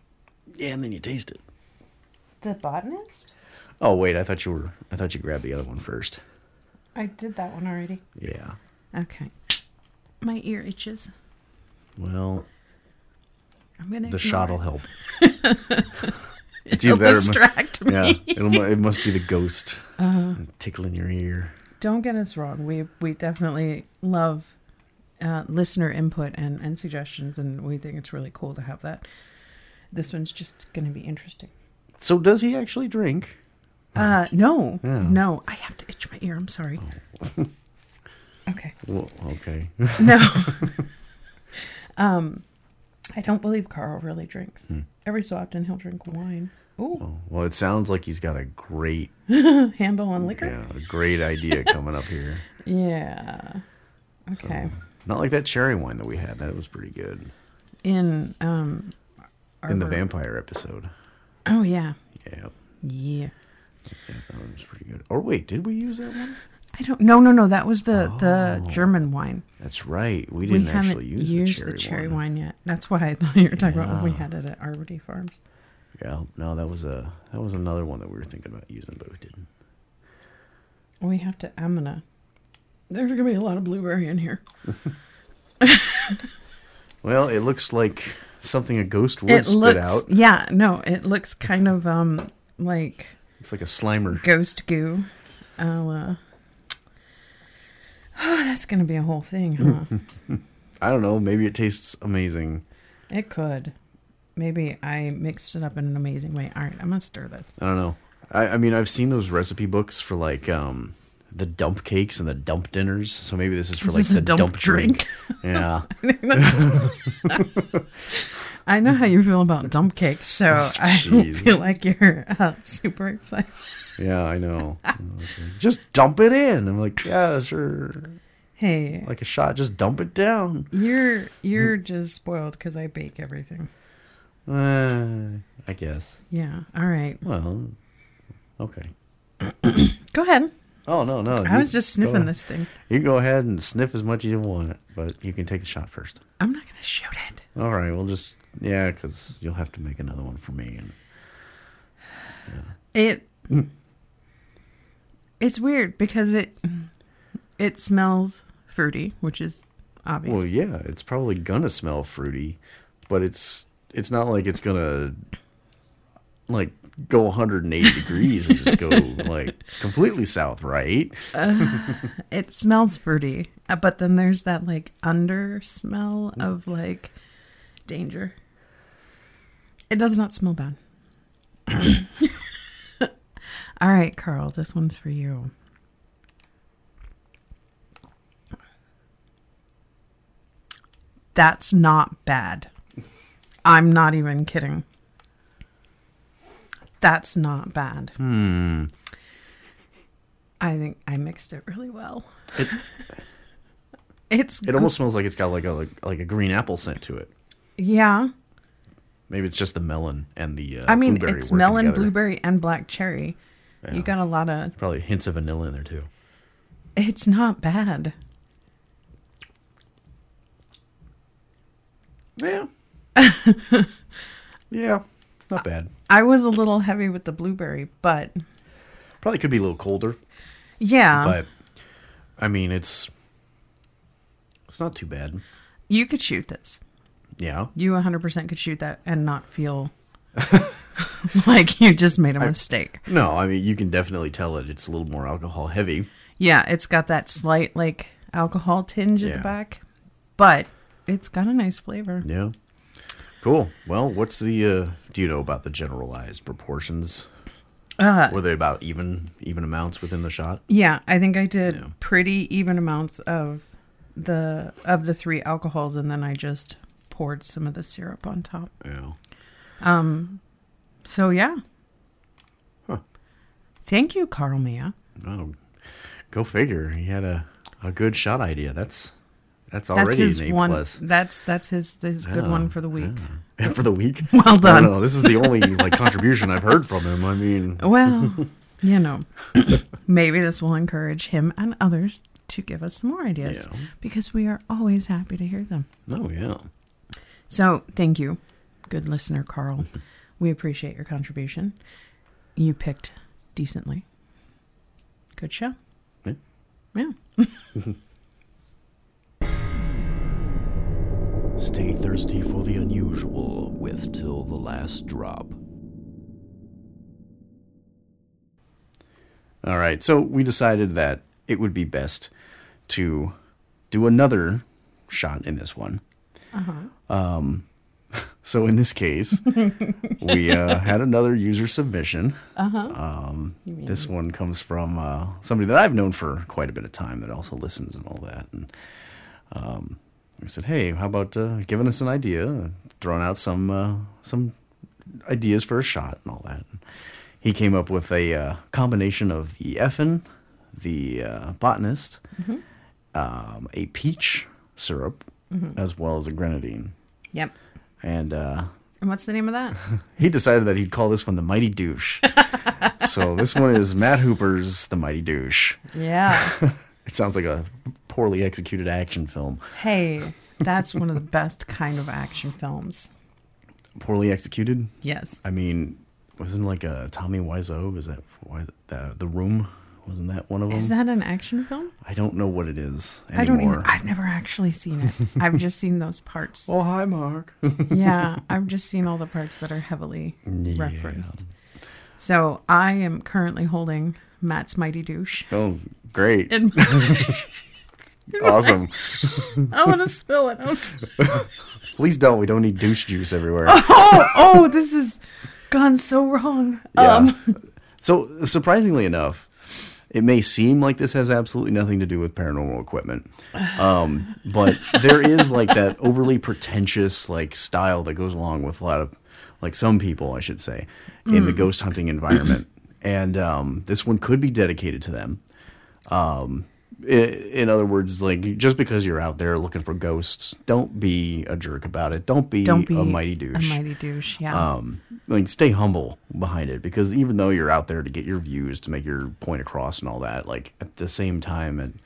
B: Yeah, and then you taste it.
C: The botanist?
B: Oh wait, I thought you were. I thought you grabbed the other one first.
C: I did that one already.
B: Yeah.
C: Okay. My ear itches.
B: Well,
C: I'm gonna
B: the
C: ignore
B: shot
C: it.
B: will
C: [LAUGHS]
B: help. it's
C: It'll
B: either that or-
C: distract me.
B: Yeah, it'll, it must be the ghost
C: Uh-huh.
B: tickling your ear.
C: [LAUGHS] Don't get us wrong. We we definitely love uh, listener input and, and suggestions, and we think it's really cool to have that. This one's just going to be interesting.
B: So does he actually drink?
C: Uh, no,
B: Yeah.
C: no, I have to itch my ear. I'm sorry. [LAUGHS] okay.
B: Well, okay.
C: No. um, I don't believe Carl really drinks. Every so often he'll drink wine. Ooh,
B: Well, it sounds like he's got a great,
C: handle on liquor.
B: yeah, a great idea coming up
C: [LAUGHS]
B: here.
C: Yeah. Okay.
B: Not like that cherry wine that we had. That was pretty good
C: In um,
B: in the
C: Arbor-
B: vampire episode.
C: Oh yeah,
B: Yeah,
C: yeah.
B: yeah, that one was pretty good. Or wait, did we use that one?
C: I don't. No, no, no. That was the the German wine.
B: That's right. Oh. We didn't
C: we haven't
B: actually use
C: used
B: the cherry, wine.
C: wine. yet. That's why I [LAUGHS] thought you were talking about when we
B: Yeah.
C: had it at Arbordy Farms.
B: Yeah, no, that was a that was another one that we were thinking about using, but we didn't.
C: We have to. I'm gonna. There's gonna be a lot of blueberry in here.
B: Well, it looks like something a ghost would
C: It
B: spit
C: looks.
B: out.
C: Yeah. No. It looks kind of um like
B: It's like a slimer.
C: ghost goo. I'll, uh... Oh, [SIGHS] that's going to be a whole thing, huh?
B: I don't know. Maybe it tastes amazing.
C: it could. Maybe I mixed it up in an amazing way. All right, I'm going to stir this.
B: I don't know. I, I mean, I've seen those recipe books for like um, the dump cakes and the dump dinners. So maybe this is for
C: Is
B: like
C: this a
B: the
C: dump
B: dump, drink.
C: [LAUGHS]
B: [LAUGHS] yeah.
C: I know how you feel about dump cakes, so I [LAUGHS] don't
B: Oh, Jeez.
C: feel like you're uh, super excited.
B: Yeah, I
C: [LAUGHS]
B: know. just dump it in. I'm like, yeah, sure.
C: Hey,
B: Like a shot, just dump it down.
C: you're you're
B: Mm-hmm.
C: just spoiled because I bake everything.
B: Uh, I guess.
C: Yeah. All right.
B: Well, okay.
C: Go ahead.
B: Oh, no, no.
C: I
B: you
C: was just
B: go
C: sniffing
B: ahead.
C: this thing.
B: You go ahead and sniff as much as you want, but you can take the shot first.
C: I'm not gonna shoot it.
B: All right, we'll just yeah, because you'll have to make another one for me. And
C: It
B: Mm.
C: it's weird because it it smells fruity, which is obvious.
B: well, yeah, it's probably gonna smell fruity, but it's it's not like it's gonna like go
C: [LAUGHS]
B: 180 degrees and just go like completely south, right?
C: it smells fruity, uh, but then there's that like under smell of like danger. It does not smell bad. [COUGHS] All right, Carl, this one's for you. That's not bad. I'm not even kidding. That's not bad.
B: Hmm.
C: I think I mixed it really well.
B: It,
C: It's
B: it almost smells like it's got like a like, like a green apple scent to it.
C: yeah.
B: Maybe it's just the melon and the. Uh,
C: I mean,
B: blueberry
C: it's
B: working
C: melon,
B: together.
C: blueberry, and black cherry. You got a lot of.
B: Probably hints of vanilla in there too.
C: It's not bad.
B: Yeah. [LAUGHS] yeah. Not bad.
C: I was a little heavy with the blueberry, but
B: Probably could be a little colder,
C: yeah,
B: but I mean, it's it's not too bad.
C: you could shoot this.
B: Yeah.
C: You 100% could shoot that and not feel [LAUGHS] like you just made a mistake.
B: No, I mean you can definitely tell it. It's a little more alcohol heavy.
C: Yeah, it's got that slight like alcohol tinge at
B: Yeah.
C: the back, but it's got a nice flavor.
B: Yeah. Cool. Well, what's the uh, do you know about the generalized proportions?
C: Uh,
B: Were they about even even amounts within the shot?
C: Yeah, I think I did
B: Yeah.
C: pretty even amounts of the of the three alcohols and then I just poured some of the syrup on top.
B: Yeah.
C: Um so yeah.
B: Huh.
C: Thank you, Carl Mia.
B: Oh, go figure. He had a, a good shot idea. That's that's already
C: That's his
B: an A
C: one
B: plus.
C: that's that's his his good
B: Yeah,
C: one for the week.
B: yeah. [LAUGHS] for the week.
C: Well done.
B: No, this is the only like contribution I've heard from him. I
C: [LAUGHS] Oh,
B: mean, [LAUGHS]
C: Well, you know, [COUGHS] maybe this will encourage him and others to give us some more ideas
B: Yeah.
C: because we are always happy to hear them.
B: oh yeah,
C: So thank you, good listener
B: [LAUGHS]
C: Carl. we appreciate your contribution. You picked decently. Good show.
B: Yeah.
C: Yeah.
D: Stay thirsty for the unusual with Till the Last Drop.
B: All right. So we decided that it would be best to do another shot in this one.
C: Uh-huh.
B: Um, [LAUGHS] so in this case, we uh, had another user submission. Um, this one comes from uh, somebody that I've known for quite a bit of time that also listens and all that. And um, I said, "Hey, how about uh, giving us an idea, throwing out some uh, some ideas for a shot and all that?" he came up with a uh, combination of the effin, the uh, botanist, um, a peach syrup, as well as a grenadine.
C: Yep.
B: And uh,
C: And what's the name of that?
B: he decided that he'd call this one the Mighty Douche. so this one is Matt Hooper's The Mighty Douche.
C: [LAUGHS] yeah.
B: It sounds like a poorly executed action film.
C: Hey, that's one of the best kind of action films.
B: Poorly executed?
C: Yes.
B: I mean, wasn't like a Tommy Wiseau? Is that why the, the Room? Wasn't that one of them?
C: Is that an action film?
B: I don't know what it is anymore.
C: I don't either. I've never actually seen
B: [LAUGHS]
C: it. I've just seen those parts.
B: oh, hi, Mark.
C: yeah, I've just seen all the parts that are heavily
B: Yeah.
C: referenced. So I am currently holding Matt's Mighty Douche. [LAUGHS]
B: Oh, great.
C: And
B: Awesome.
C: I want to spill
B: [LAUGHS]
C: it. out.
B: Please don't. We don't need douche juice everywhere.
C: [LAUGHS] Oh, oh, this has gone so wrong.
B: Yeah. [LAUGHS] so, surprisingly enough, it may seem like this has absolutely nothing to do with paranormal equipment. Um, but there is like
C: [LAUGHS]
B: that overly pretentious like style that goes along with a lot of like some people, I should say, in
C: Hmm.
B: the ghost hunting environment. and um, this one could be dedicated to them. Um, I- in other words, like just because you're out there looking for ghosts, don't be a jerk about it. Don't be,
C: Don't be
B: a mighty douche.
C: A mighty douche. Yeah.
B: um, like stay humble behind it because even though you're out there to get your views to make your point across and all that, like at the same time, and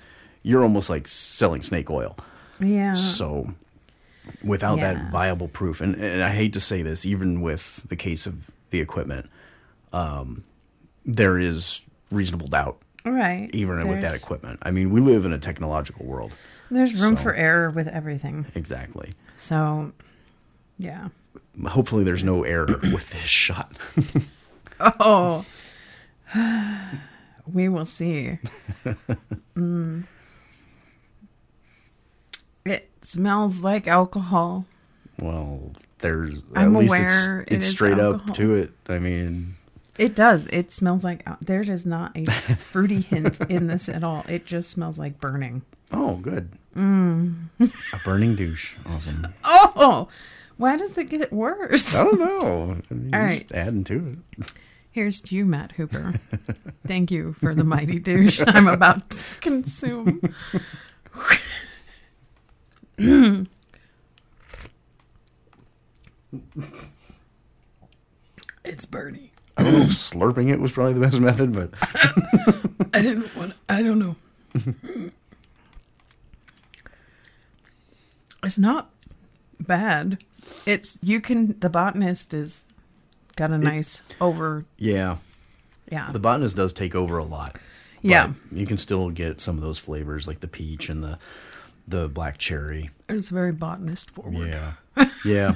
B: you're almost like selling snake oil.
C: yeah.
B: So without
C: Uh-huh. Yeah.
B: that viable proof, and, and I hate to say this, even with the case of the equipment, um, there is reasonable doubt
C: All right.
B: even with that
C: There's-
B: equipment. I mean, we live in a technological world.
C: There's room
B: so-
C: for error with everything.
B: Exactly.
C: So, yeah.
B: Hopefully, there's no error with this shot.
C: Oh. [SIGHS] we will [LAUGHS] see. Mm. It smells like alcohol.
B: Well, there's
C: I'm
B: at least it's,
C: aware it
B: it's
C: is
B: straight
C: alcohol.
B: up to it. I mean,
C: It does. It smells like al- there is not [LAUGHS] a fruity hint in this at all. It just smells like burning. Mm. [LAUGHS]
B: oh, good. A burning douche. Awesome.
C: Oh, why does it get worse?
B: I don't know. I mean,
C: All
B: you're
C: right.
B: Just adding to it.
C: Here's to you, Matt Hooper. [LAUGHS] Thank you for the mighty douche I'm about to consume. [LAUGHS] it's Bernie.
B: I don't know if slurping it was probably the best method, but
C: I didn't want. I don't know. [LAUGHS] it's not bad. It's you can. The botanist is got a nice over.
B: yeah,
C: Yeah.
B: the botanist does take over a lot. but
C: yeah.
B: you can still get some of those flavors like the peach and the the black cherry.
C: It's very botanist forward. [LAUGHS]
B: Yeah, yeah.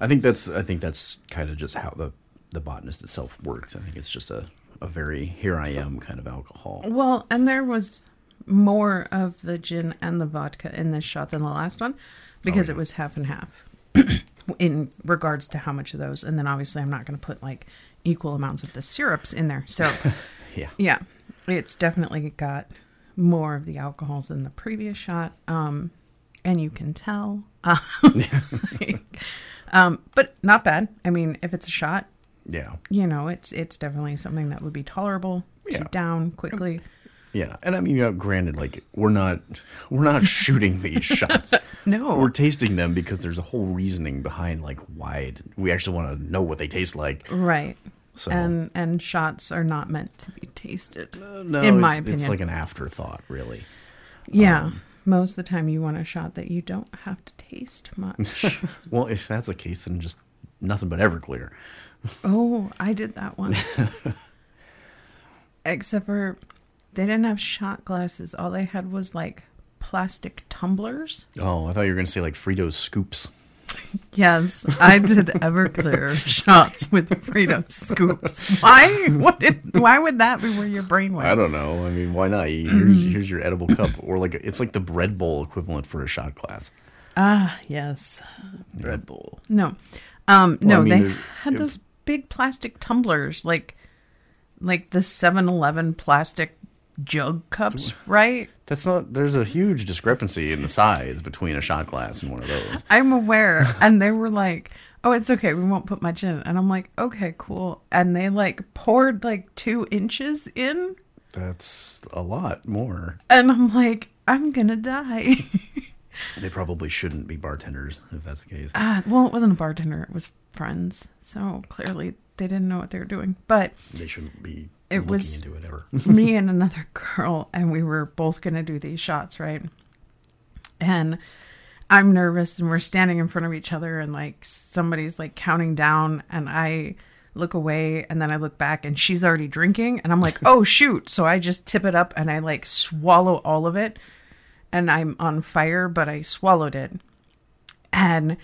B: I think that's I think that's kind of just how the the botanist itself works. I think it's just a a very here I am kind of alcohol.
C: Well, and there was more of the gin and the vodka in this shot than the last one because
B: Oh, yeah.
C: it was half and half [CLEARS THROAT] in regards to how much of those. And then obviously, I'm not going to put like equal amounts of the syrups in there. So,
B: [LAUGHS] Yeah.
C: yeah, it's definitely got more of the alcohols than the previous shot. Um, and you can tell.
B: [LAUGHS]
C: [LAUGHS] Um, um, but not bad. I mean, if it's a shot,
B: Yeah.
C: you know, it's it's definitely something that would be tolerable.
B: Yeah.
C: Keep down quickly.
B: Yeah, and I mean, you know, granted, like we're not we're
C: [LAUGHS]
B: not shooting these shots.
C: No.
B: we're tasting them because there's a whole reasoning behind like why it, we actually want to know what they taste like.
C: Right.
B: So-
C: And and shots are not meant to be tasted.
B: Uh, no,
C: in my
B: it's,
C: opinion.
B: it's like an afterthought, really.
C: yeah. most of the time you want a shot that you don't have to
B: [LAUGHS]
C: taste much.
B: Well, if that's the case, then just nothing but Everclear.
C: oh, I did
B: [LAUGHS]
C: that once. Except for they didn't have shot glasses. All they had was like plastic tumblers.
B: Oh, I thought you were gonna say like Fritos scoops.
C: Yes, I did Everclear shots with Frito scoops. Why? What did, why would that be where your brain went?
B: I don't know. I mean, why not? Here's,
C: Mm.
B: here's your edible cup, or like it's like the bread bowl equivalent for a shot glass.
C: Ah, yes.
B: Bread bowl.
C: No. Um
B: Well, I
C: no,
B: mean,
C: they
B: there's-
C: had
B: it's-
C: those big plastic tumblers like like the 7-Eleven plastic jug cups, right?
B: That's not. There's a huge discrepancy in the size between a shot glass and one of those. [LAUGHS]
C: I'm aware. and they were like, "Oh, it's okay. We won't put much in." And I'm like, "Okay, cool." And they like poured like 2 inches in,
B: That's a lot more.
C: and I'm like, "I'm going to die." [LAUGHS]
B: They probably shouldn't be bartenders if that's the case.
C: ah, well, it wasn't a bartender, it was friends. So, clearly they didn't know what they were doing. But
B: They shouldn't be
C: It
B: looking
C: was-
B: into it ever. [LAUGHS]
C: me and another girl, and we were both going to do these shots, right? And I'm nervous, and we're standing in front of each other, and like somebody's like counting down, and I look away, and then I look back, and she's already drinking, and I'm like, oh shoot. So I just tip it up and I like swallow all of it, and I'm on fire, but I swallowed it. And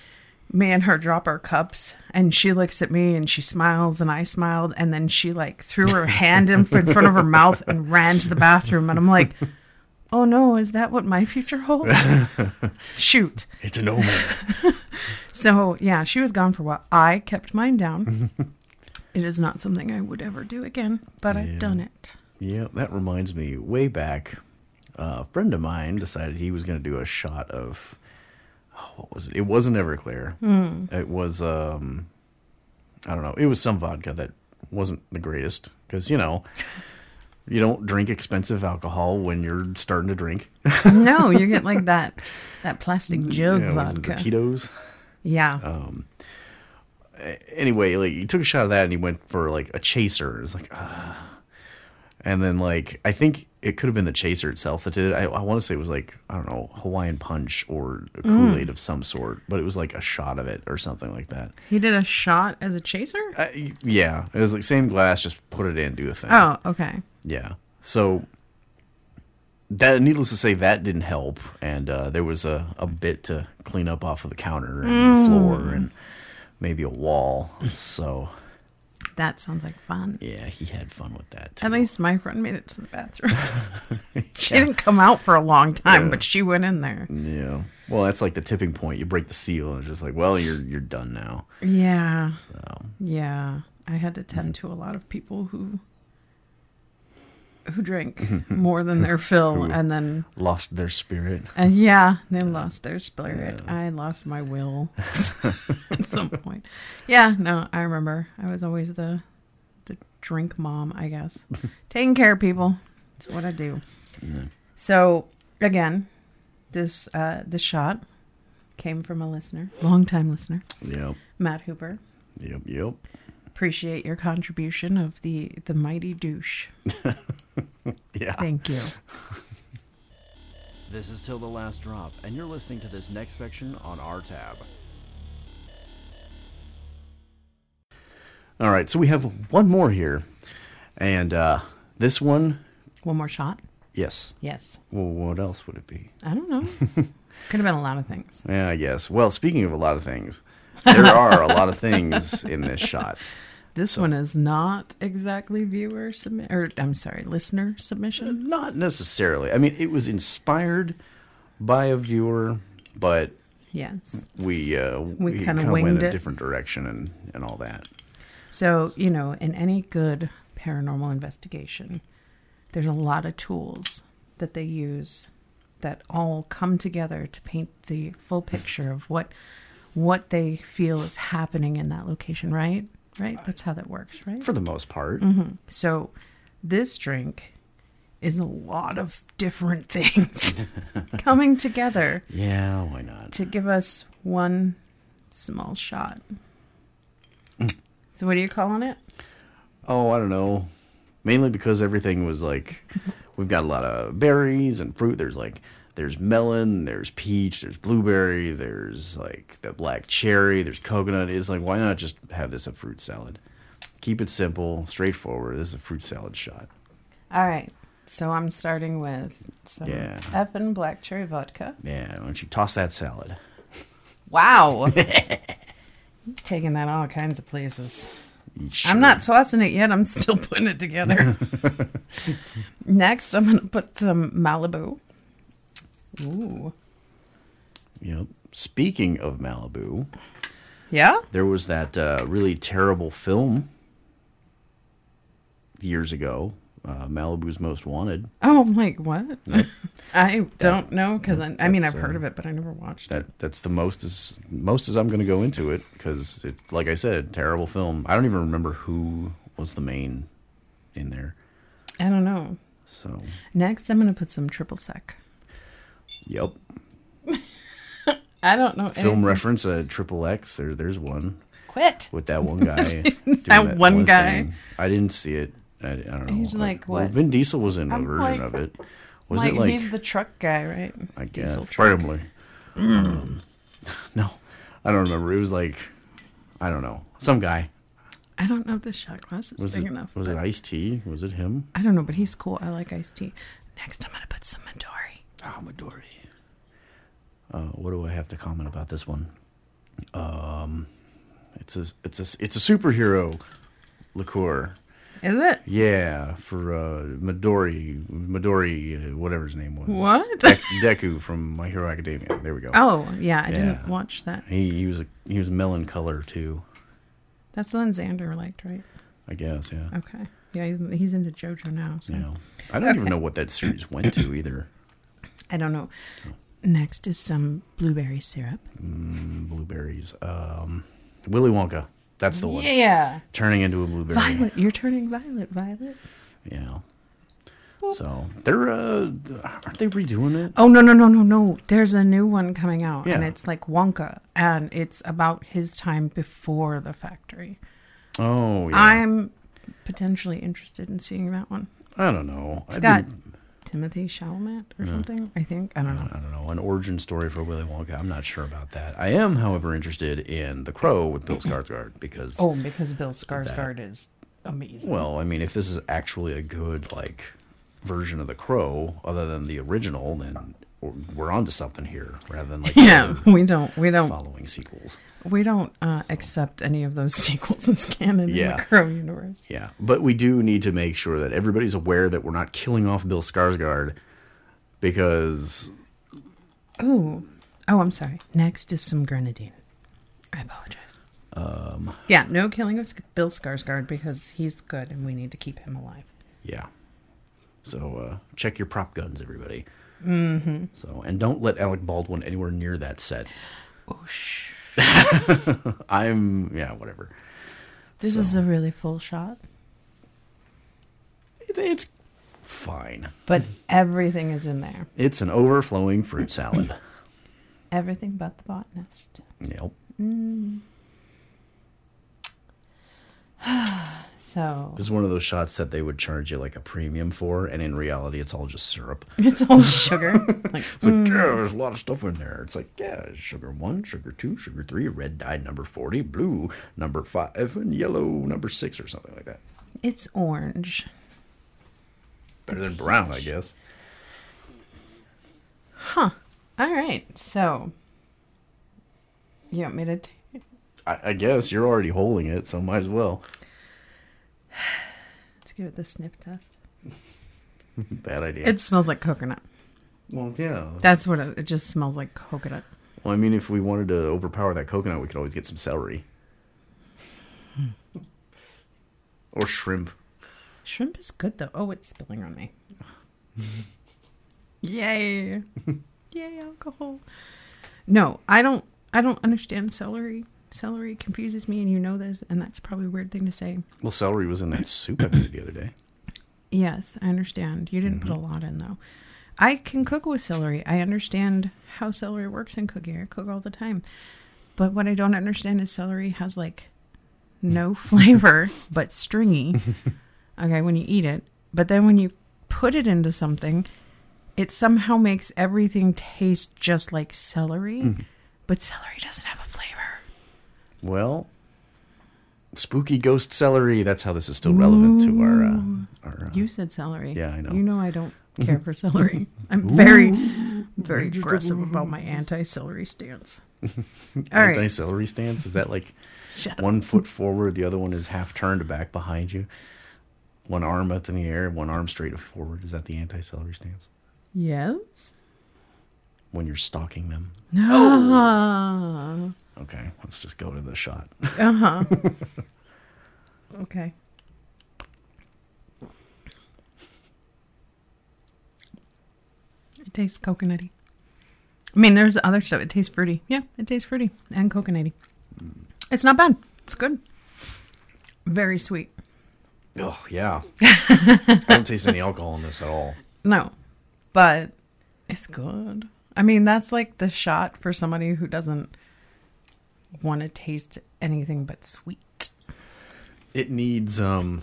C: me and her drop our cups and she looks at me and she smiles and I smiled and then she like threw her hand in, in front of her mouth and ran to the bathroom and I'm like, Oh no, is that what my
B: [LAUGHS]
C: future holds? Shoot.
B: It's an omen.
C: So yeah, she was gone for a while. I kept mine down. it is not something I would ever do again, but I've
B: Yeah.
C: done it.
B: yeah, that reminds me. Way back, a friend of mine decided he was going to do a shot of. Oh, what was it? It wasn't Everclear.
C: Hmm.
B: It was um, I don't know. It was some vodka that wasn't the greatest because you know. You don't drink expensive alcohol when you're starting to drink. [LAUGHS]
C: No, you get like that that plastic jug
B: Yeah, what is it,
C: vodka.
B: The Tito's. Oh.
C: yeah.
B: anyway, like he took a shot of that and he went for like a chaser. It was like, ah. and then like I think it could have been the chaser itself that did it. I, I want to say it was like I don't know Hawaiian punch or a Kool Aid of some sort, but it was like a shot of it or something like that.
C: he did a shot as a chaser?
B: I, yeah, it was like same glass, just put it in, do a thing.
C: Oh, okay.
B: Yeah. So that needless to say that didn't help and uh, there was a, a bit to clean up off of the counter and the floor and maybe a wall. So
C: That sounds like fun.
B: yeah, he had fun with that. Too.
C: At least my friend made it to the bathroom.
B: [LAUGHS]
C: she didn't come out for a long time, but she went in there.
B: yeah. Well, that's like the tipping point. You break the seal and it's just like, well, you're you're done now.
C: Yeah.
B: So
C: Yeah. I had to tend to a lot of people who
B: [LAUGHS]
C: who drank more than their fill
B: Who-
C: and then
B: Lost their spirit.
C: and yeah, they lost their spirit. I lost
B: [LAUGHS]
C: my will [LAUGHS] at some point. Yeah, no, I remember. I was always the the drink mom,
B: [LAUGHS]
C: I guess. Taking care of people. It's what I do. So again, this uh the shot came from a listener, longtime listener,
B: Yep.
C: Matt Hooper.
B: Yep. Yep.
C: Appreciate your contribution of the the mighty douche.
B: Yeah.
C: Thank you.
D: This is Till the Last Drop, and you're listening to this next section on our tab.
B: All right. So we have one more here, and uh, this one,
C: One more shot.
B: yes.
C: Yes.
B: Well, what else would it be?
C: I don't know. [LAUGHS] Could have been a lot of things.
B: Yeah, I guess. Well, speaking of a lot of things, there are a lot of things in this shot.
C: This one is not exactly viewer submit, or I'm sorry, listener submission.
B: Not necessarily. I mean, it was inspired by a viewer, but
C: Yes.
B: we uh, we,
C: kinda
B: kinda
C: winged
B: went a
C: it.
B: different direction and and all that.
C: So you know, in any good paranormal investigation, there's a lot of tools that they use that all come together to paint the full picture of what what they feel is happening in that location. Right. Right. That's how that works. Right.
B: For the most part,
C: Mm-hmm. So this drink is a lot of different [LAUGHS] things coming together
B: yeah. Why not?
C: to give us one small shot. So what are you calling it?
B: Oh, I don't know. Mainly because everything was
C: [LAUGHS]
B: like, we've got a lot of berries and fruit. There's like, there's melon, there's peach, there's blueberry, there's like the black cherry, there's coconut. It's like, why not just have this a fruit salad? Keep it simple, straightforward. This is a fruit salad shot.
C: All right. So I'm starting with some
B: Yeah.
C: effing black cherry vodka.
B: Yeah, why don't you toss that salad? [LAUGHS]
C: Wow. Taking that all kinds of places. I'm not tossing it yet. I'm still putting it
B: [LAUGHS]
C: together. Next, I'm going to put some Malibu. Ooh.
B: Yep. Speaking of Malibu,
C: Yeah?
B: there was that uh, really terrible film years ago, uh, Malibu's Most Wanted.
C: Oh, I'm like, what? [LAUGHS] I don't know because I, I mean, I've
B: that's,
C: heard
B: uh,
C: of it, but I never watched it.
B: that that's the most as most as I'm going to go into it because it, like I said, terrible film. I don't even remember who was the main in there.
C: I don't know.
B: So,
C: Next, I'm going to put some triple sec.
B: yep,
C: I don't know.
B: film
C: anything.
B: reference uh, triple X. There, there's one
C: Quit.
B: with that one
C: [LAUGHS]
B: guy. doing
C: one guy.
B: I didn't see it. I, I don't know.
C: He's
B: I-
C: like,
B: well,
C: what?
B: Vin Diesel was in a
C: I'm
B: version
C: like-
B: of it. Was
C: like,
B: it like
C: he's the truck guy, right?
B: I guess
C: Diesel Mm. truck.
B: probably. Um, [LAUGHS] no, I don't remember. It was like I don't know. Some guy
C: I don't know if this shot glass is
B: was
C: big
B: it,
C: enough.
B: Was it
C: but-
B: Ice T? Was it him?
C: I don't know, but he's cool. I like iced tea. Next, I'm going to put some Midori.
B: Ah, Midori. Uh, what do I have to comment about this one? Um, it's a it's a it's a superhero liqueur.
C: Is it?
B: Yeah, for uh, Midori Midori uh, whatever his name was.
C: What?
B: Dek- Deku from My Hero Academia. There we go.
C: Oh, yeah. I
B: Yeah.
C: didn't watch that.
B: He he was a, he was melon color too.
C: That's the one Xander liked, right?
B: I guess yeah.
C: Okay. Yeah, he's, he's into JoJo now. So
B: Yeah. I don't even know what that series went to either.
C: I don't know. Next is some blueberry syrup.
B: Blueberries. Um, Willy Wonka. That's the one.
C: Yeah.
B: Turning into a blueberry.
C: Violet, you're turning violet, Violet.
B: Yeah. So they're uh, aren't they redoing it?
C: Oh no no no no no! There's a new one coming out, and
B: Yeah.
C: it's like Wonka, and it's about his time before the factory.
B: Oh yeah.
C: I'm potentially interested in seeing that one.
B: I don't know.
C: It's
B: I'd
C: got
B: be-
C: Timothy Chalamet or something. I think I don't know.
B: I don't know an origin story for Willy Wonka. I'm not sure about that. I am, however, interested in The Crow with Bill Skarsgård because
C: Oh, because Bill Skarsgård is amazing.
B: well, I mean, if this is actually a good like version of The Crow, other than the original, then we're onto something here rather than like
C: [LAUGHS] [LAUGHS] yeah,
B: the
C: we don't we don't
B: following sequels.
C: we don't uh, accept any of those [LAUGHS] sequels as canon in
B: Yeah.
C: the Crow universe.
B: Yeah, but we do need to make sure that everybody's aware that we're not killing off Bill Skarsgård because
C: Ooh. Oh, I'm sorry. Next is some grenadine. I apologize. Um. Yeah, no killing of Sk- Bill Skarsgård because he's good and we need to keep him alive.
B: yeah, So uh, check your prop guns, everybody. Mm-hmm. So and don't let Alec Baldwin anywhere near that set. Oh [LAUGHS] I'm yeah, whatever.
A: This is a really full shot,
B: It, it's fine.
C: But everything is in there.
B: It's an overflowing fruit salad.
A: everything but the botanist.
B: yep.
C: [LAUGHS]
A: So
B: This is one of those shots that they would charge you like a premium for, and in reality, it's all just syrup.
A: it's all
B: [LAUGHS]
A: sugar.
B: It's like, yeah, there's a lot of stuff in there. It's like, yeah, sugar one, sugar two, sugar three, red dye number 40, blue number five, and yellow number six, or something like that.
A: It's orange.
B: Better than brown, I guess.
C: All right. So you want me to? T-
B: I, I guess you're already holding it, so might as well.
C: let's give it the sniff test.
B: Bad idea.
C: It smells like coconut.
B: well, yeah.
C: That's what it, it just smells like coconut.
B: Well, I mean, if we wanted to overpower that coconut, we could always get some celery. Hmm. or shrimp.
C: Shrimp is good though. Oh, it's spilling on me. Yay! Yay, alcohol. No, I don't I don't understand celery. Celery confuses me and you know this and that's probably a weird thing to say.
B: Well, celery was in that soup I made the other day.
C: Yes, I understand. You didn't put a lot in though. I can cook with celery. I understand how celery works in cooking. I cook all the time. But what I don't understand is celery has like no flavor but stringy. Okay, when you eat it, but then when you put it into something, it somehow makes everything taste just like celery, but celery doesn't have a flavor.
B: Well, spooky ghost celery. That's how this is still relevant to our. Uh, our uh,
C: You said celery.
B: Yeah, I know.
C: You know I
B: [LAUGHS]
C: don't care for celery. I'm very, very aggressive about
B: [LAUGHS]
C: my anti-celery stance. All right.
B: anti celery stance? Is that like
C: [LAUGHS] Shut
B: one foot forward, the other one is half turned back behind you? One arm up in the air, one arm straight forward. Is that the anti celery stance?
C: Yes.
B: When you're stalking them? Oh.
C: No.
B: Okay, let's just go to the shot. [LAUGHS]
C: Uh huh. okay. It tastes coconutty. I mean, there's other stuff. It tastes fruity. Yeah, it tastes fruity and coconutty.
B: Mm.
C: It's not bad. It's good. Very sweet.
B: oh, yeah. I don't taste any alcohol in this at all.
C: No, but it's good. I mean, that's like the shot for somebody who doesn't want to taste anything but sweet.
B: It needs um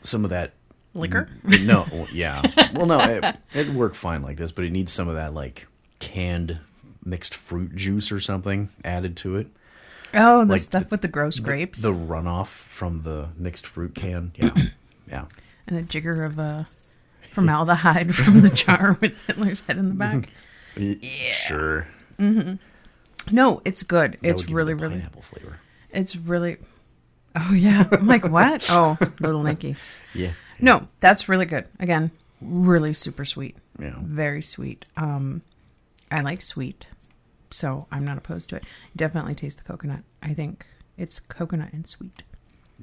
B: some of that
C: Liquor?
B: Mm, no, well, yeah. Well, no, it, it'd work fine like this, but it needs some of that like canned mixed fruit juice or something added to it.
C: Oh, the
B: Like
C: stuff
B: the-
C: with the gross grapes
B: The runoff from the mixed fruit [CLEARS THROAT] can. Yeah, yeah.
C: and a jigger of uh, formaldehyde [LAUGHS] from the jar with Hitler's head in
B: [LAUGHS]
C: the back.
B: yeah. Sure.
C: No, it's good.
B: That
C: It's
B: would give it
C: really,
B: the
C: really,
B: pineapple flavor.
C: it's really. Oh yeah, I'm like what? Oh, little Nicky.
B: Yeah.
C: No, that's really good. Again, really super sweet.
B: Yeah.
C: Very sweet. Um I like sweet. So I'm not opposed to it. Definitely taste the coconut. I think it's coconut
B: [LAUGHS]
C: and sweet.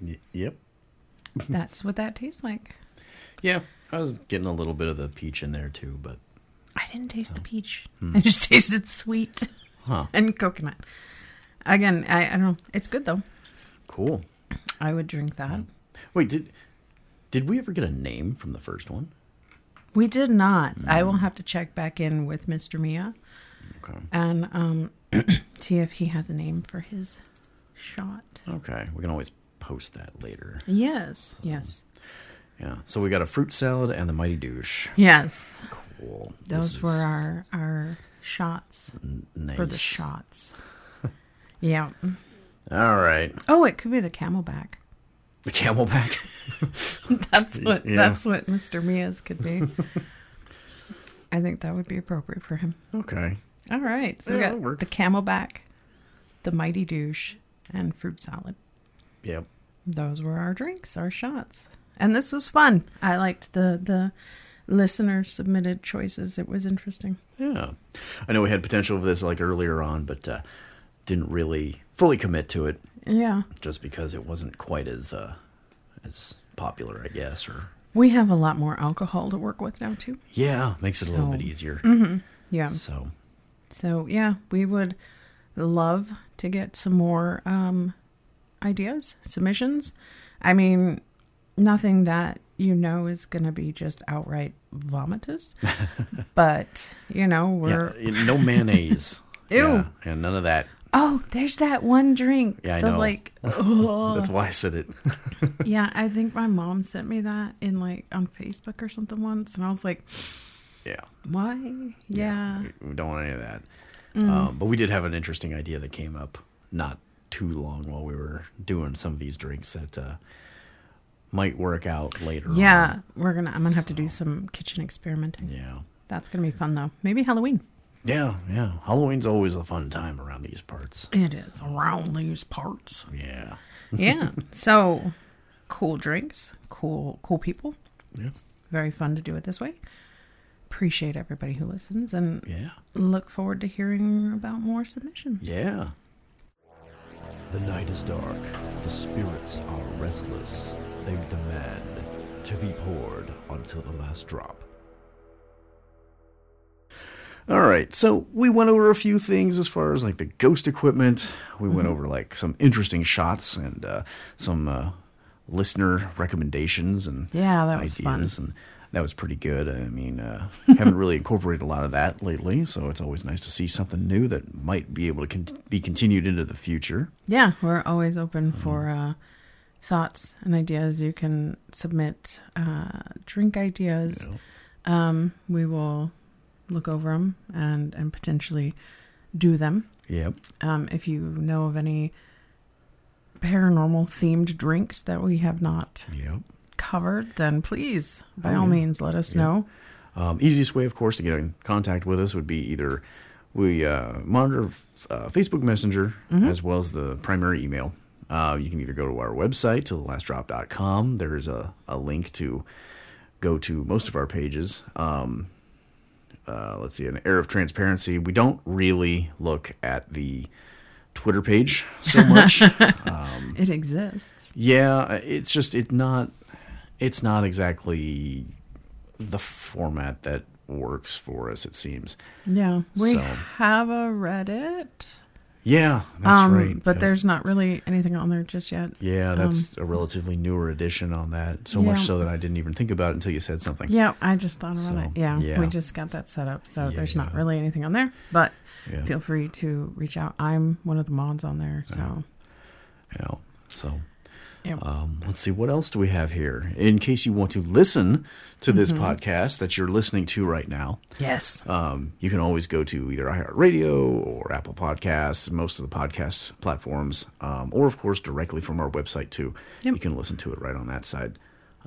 B: Y- yep.
C: That's what that tastes like.
B: Yeah. I was getting a little bit of the peach in there too, but
C: I didn't taste the peach.
B: Hmm.
C: I just tasted sweet
B: huh.
C: and coconut. Again, I, I don't know. It's good though.
B: Cool.
C: I would drink that.
B: Hmm. Wait, did did we ever get a name from the first one?
C: We did not. I
B: Hmm.
C: will have to check back in with Mr. Mia
B: Okay.
C: and um, [CLEARS THROAT] see if he has a name for his shot.
B: Okay. We can always post that later.
C: Yes. Yes.
B: Yeah. So we got a fruit salad and the mighty douche.
C: Yes.
B: Cool. This
C: Those were
B: is
C: our our shots
B: n- nice.
C: for the shots. [LAUGHS] yeah.
B: All right.
C: Oh, it could be the camelback.
B: The camelback.
C: [LAUGHS]
B: [LAUGHS]
C: That's what
B: Yeah.
C: that's what Mr. Mia's
B: [LAUGHS]
C: could be. I think that would be appropriate for him.
B: okay.
C: All right. So
B: Yeah,
C: we
B: that
C: got
B: works.
C: the camelback, the mighty douche, and fruit salad.
B: Yep.
C: those were our drinks, our shots. And this was fun. I liked the the listener submitted choices. It was interesting.
B: Yeah. I know we had potential for this like earlier on, but uh, didn't really fully commit to it
C: Yeah.
B: just because it wasn't quite as uh, as popular, I guess, or
C: We have a lot more alcohol to work with now too.
B: Yeah, makes it a little
C: So- mm.
B: bit easier.
C: Yeah.
B: So
C: So yeah, we would love to get some more um, ideas, submissions. I mean, nothing that you know is going to be just outright
B: [LAUGHS]
C: vomitous, but you know
B: yeah,
C: we're
B: no mayonnaise.
C: [LAUGHS] Ew.
B: Yeah, and none of that.
C: oh, there's that one drink.
B: Yeah, I
C: the,
B: know. [LAUGHS]
C: Like, ugh.
B: That's why I said it.
C: yeah, I think my mom sent me that in like on Facebook or something once, and I was like,
B: yeah.
C: why? Yeah,
B: We- We don't want any of that.
C: Mm.
B: Um, but we did have an interesting idea that came up not too long while we were doing some of these drinks that uh, might work out later. on.
C: yeah. We're gonna. I'm gonna have to do some kitchen experimenting.
B: Yeah.
C: That's gonna be fun though. Maybe Halloween.
B: Yeah. Yeah. Halloween's always a fun time around these parts.
C: It is around these parts.
B: Yeah.
C: Yeah. [LAUGHS] so cool drinks, cool cool people.
B: Yeah.
C: Very fun to do it this way. Appreciate everybody who listens and
B: Yeah.
C: look forward to hearing about more submissions.
B: Yeah.
D: The night is dark. The spirits are restless. They demand to be poured until the last drop.
B: All right. So we went over a few things as far as like the ghost equipment. We
D: Mm-hmm.
B: went over like some interesting shots and uh, some uh, listener recommendations and
C: Yeah, that was fun.
B: ideas, and that was pretty good. I mean, uh, haven't
C: [LAUGHS]
B: really incorporated a lot of that lately, so it's always nice to see something new that might be able to con- be continued into the future.
C: Yeah, we're always open for uh, thoughts and ideas. You can submit uh, drink ideas.
B: you know.
C: Um, we will look over them and and potentially do them.
B: Yep.
C: um, if you know of any paranormal themed drinks that we have not
B: Yep.
C: covered, then please, by
B: Oh,
C: all
B: yeah.
C: means, let us know.
B: Um, easiest way, of course, to get in contact with us would be either we uh, monitor uh, Facebook Messenger as well as the primary email. Uh, you can either go to our website, to thelastdrop.com. There is a, a link to go to most of our pages. Um, uh, let's see, an air of transparency. We don't really look at the Twitter page so much. Mm.
C: It exists.
B: Yeah, uh, it's just it not it's not exactly the format that works for us it seems.
C: Yeah. We
B: So-
C: have a Reddit.
B: Yeah, that's
C: um,
B: right.
C: But
B: Yeah.
C: there's not really anything on there just yet.
B: yeah, that's a relatively newer edition on that. So much
C: Yeah.
B: so that I didn't even think about it until you said something.
C: Yeah, I just thought about
B: So,
C: it. Yeah,
B: yeah.
C: we just got that set up. So there's not
B: Yeah.
C: really anything on there, but
B: Yeah.
C: feel free to reach out. I'm one of the mods on there. So,
B: Yeah. So
C: yeah.
B: um, let's see what else do we have here. In case you want to listen to this
C: Mm-hmm.
B: podcast that you're listening to right now,
C: yes.
B: Um, you can always go to either iHeartRadio or Apple Podcasts, most of the podcast platforms, um, or of course directly from our website too.
C: Yep.
B: You can listen to it right on that side.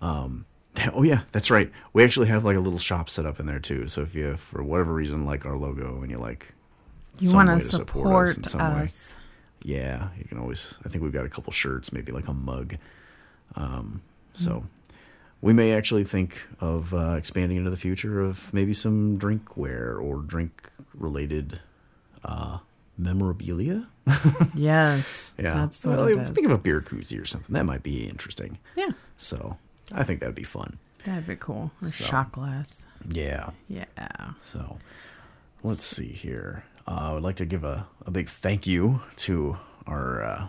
B: Um, [LAUGHS] oh yeah, that's right. We actually have like a little shop set up in there too. So if you, for whatever reason, like our logo and you like,
C: You
B: some
C: want
B: way
C: to
B: to support us in
C: support
B: some way.
C: us.
B: yeah, you can always. I think we've got a couple shirts, maybe like a mug. Um, so. We may actually think of uh, expanding into the future of maybe some drinkware or drink related uh, memorabilia. [LAUGHS]
C: Yes. That's what
B: Well,
C: it
B: I
C: is.
B: Think of a beer koozie or something. That might be interesting.
C: Yeah.
B: So I think that'd be fun.
C: That'd be cool. Or
B: So.
C: shot glass.
B: Yeah.
C: Yeah.
B: So let's see here. Uh, I would like to give a, a big thank you to our uh,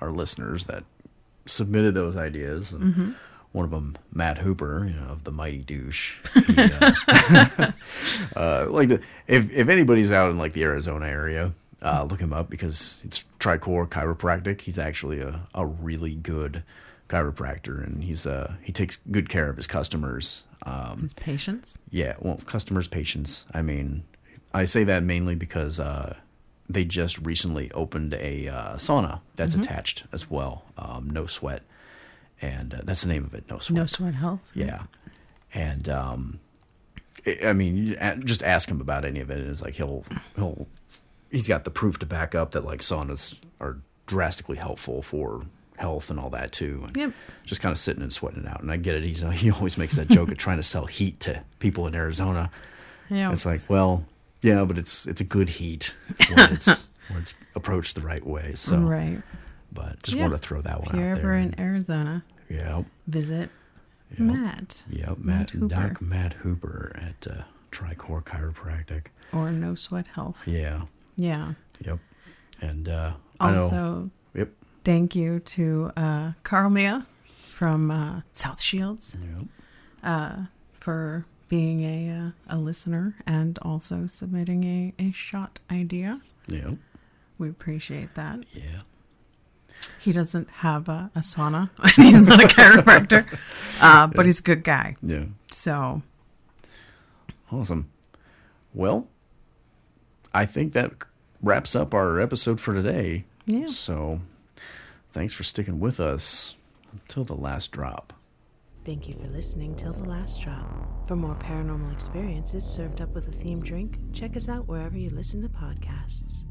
B: our listeners that submitted those ideas. And One of them, Matt Hooper you know, of the Mighty Douche. He, uh, [LAUGHS] uh, like the, if if anybody's out in like the Arizona area, uh, look him up because it's Tricor Chiropractic. He's actually a, a really good chiropractor, and he's uh, he takes good care of his customers. Um,
C: His patience.
B: yeah, well, customers' patience. I mean, I say that mainly because uh, they just recently opened a uh, sauna that's attached as well. Um, no sweat, and uh, that's the name of it. No sweat.
C: No sweat health.
B: Yeah, and um, I- I mean, you a- just ask him about any of it. And it's like he'll he'll he's got the proof to back up that like saunas are drastically helpful for health and all that too. And
C: Yep.
B: just kind of sitting and sweating it out. And I get it. He's he always makes that joke of trying to sell heat to people in Arizona.
C: Yeah.
B: It's like, well, yeah, but it's it's a good heat when
C: [LAUGHS]
B: it's when it's approached the right way. So,
C: right.
B: but just
C: Yeah.
B: want to throw that
C: If
B: one
C: you're
B: out there.
C: ever in Arizona,
B: yeah,
C: visit Matt.
B: Yep,
C: Matt
B: Matt,
C: Hooper.
B: Doc Matt Hooper at uh, Tricor Chiropractic.
C: Or No Sweat Health.
B: Yeah,
C: Yeah.
B: yep. And uh, I know.
C: Also,
B: Yep.
C: thank you to uh, Carl Mia from uh, South Shields
B: Yep.
C: uh, for being a, uh, a listener and also submitting a, a shot idea.
B: Yep.
C: We appreciate that.
B: Yeah.
C: He doesn't have a, a sauna [LAUGHS] and he's not a chiropractor, uh, but he's a good guy.
B: Yeah.
C: So,
B: Awesome. Well, I think that wraps up our episode for today.
C: yeah.
B: So, thanks for sticking with us until the last drop.
A: Thank you for listening till the last drop. For more paranormal experiences served up with a themed drink, check us out wherever you listen to podcasts.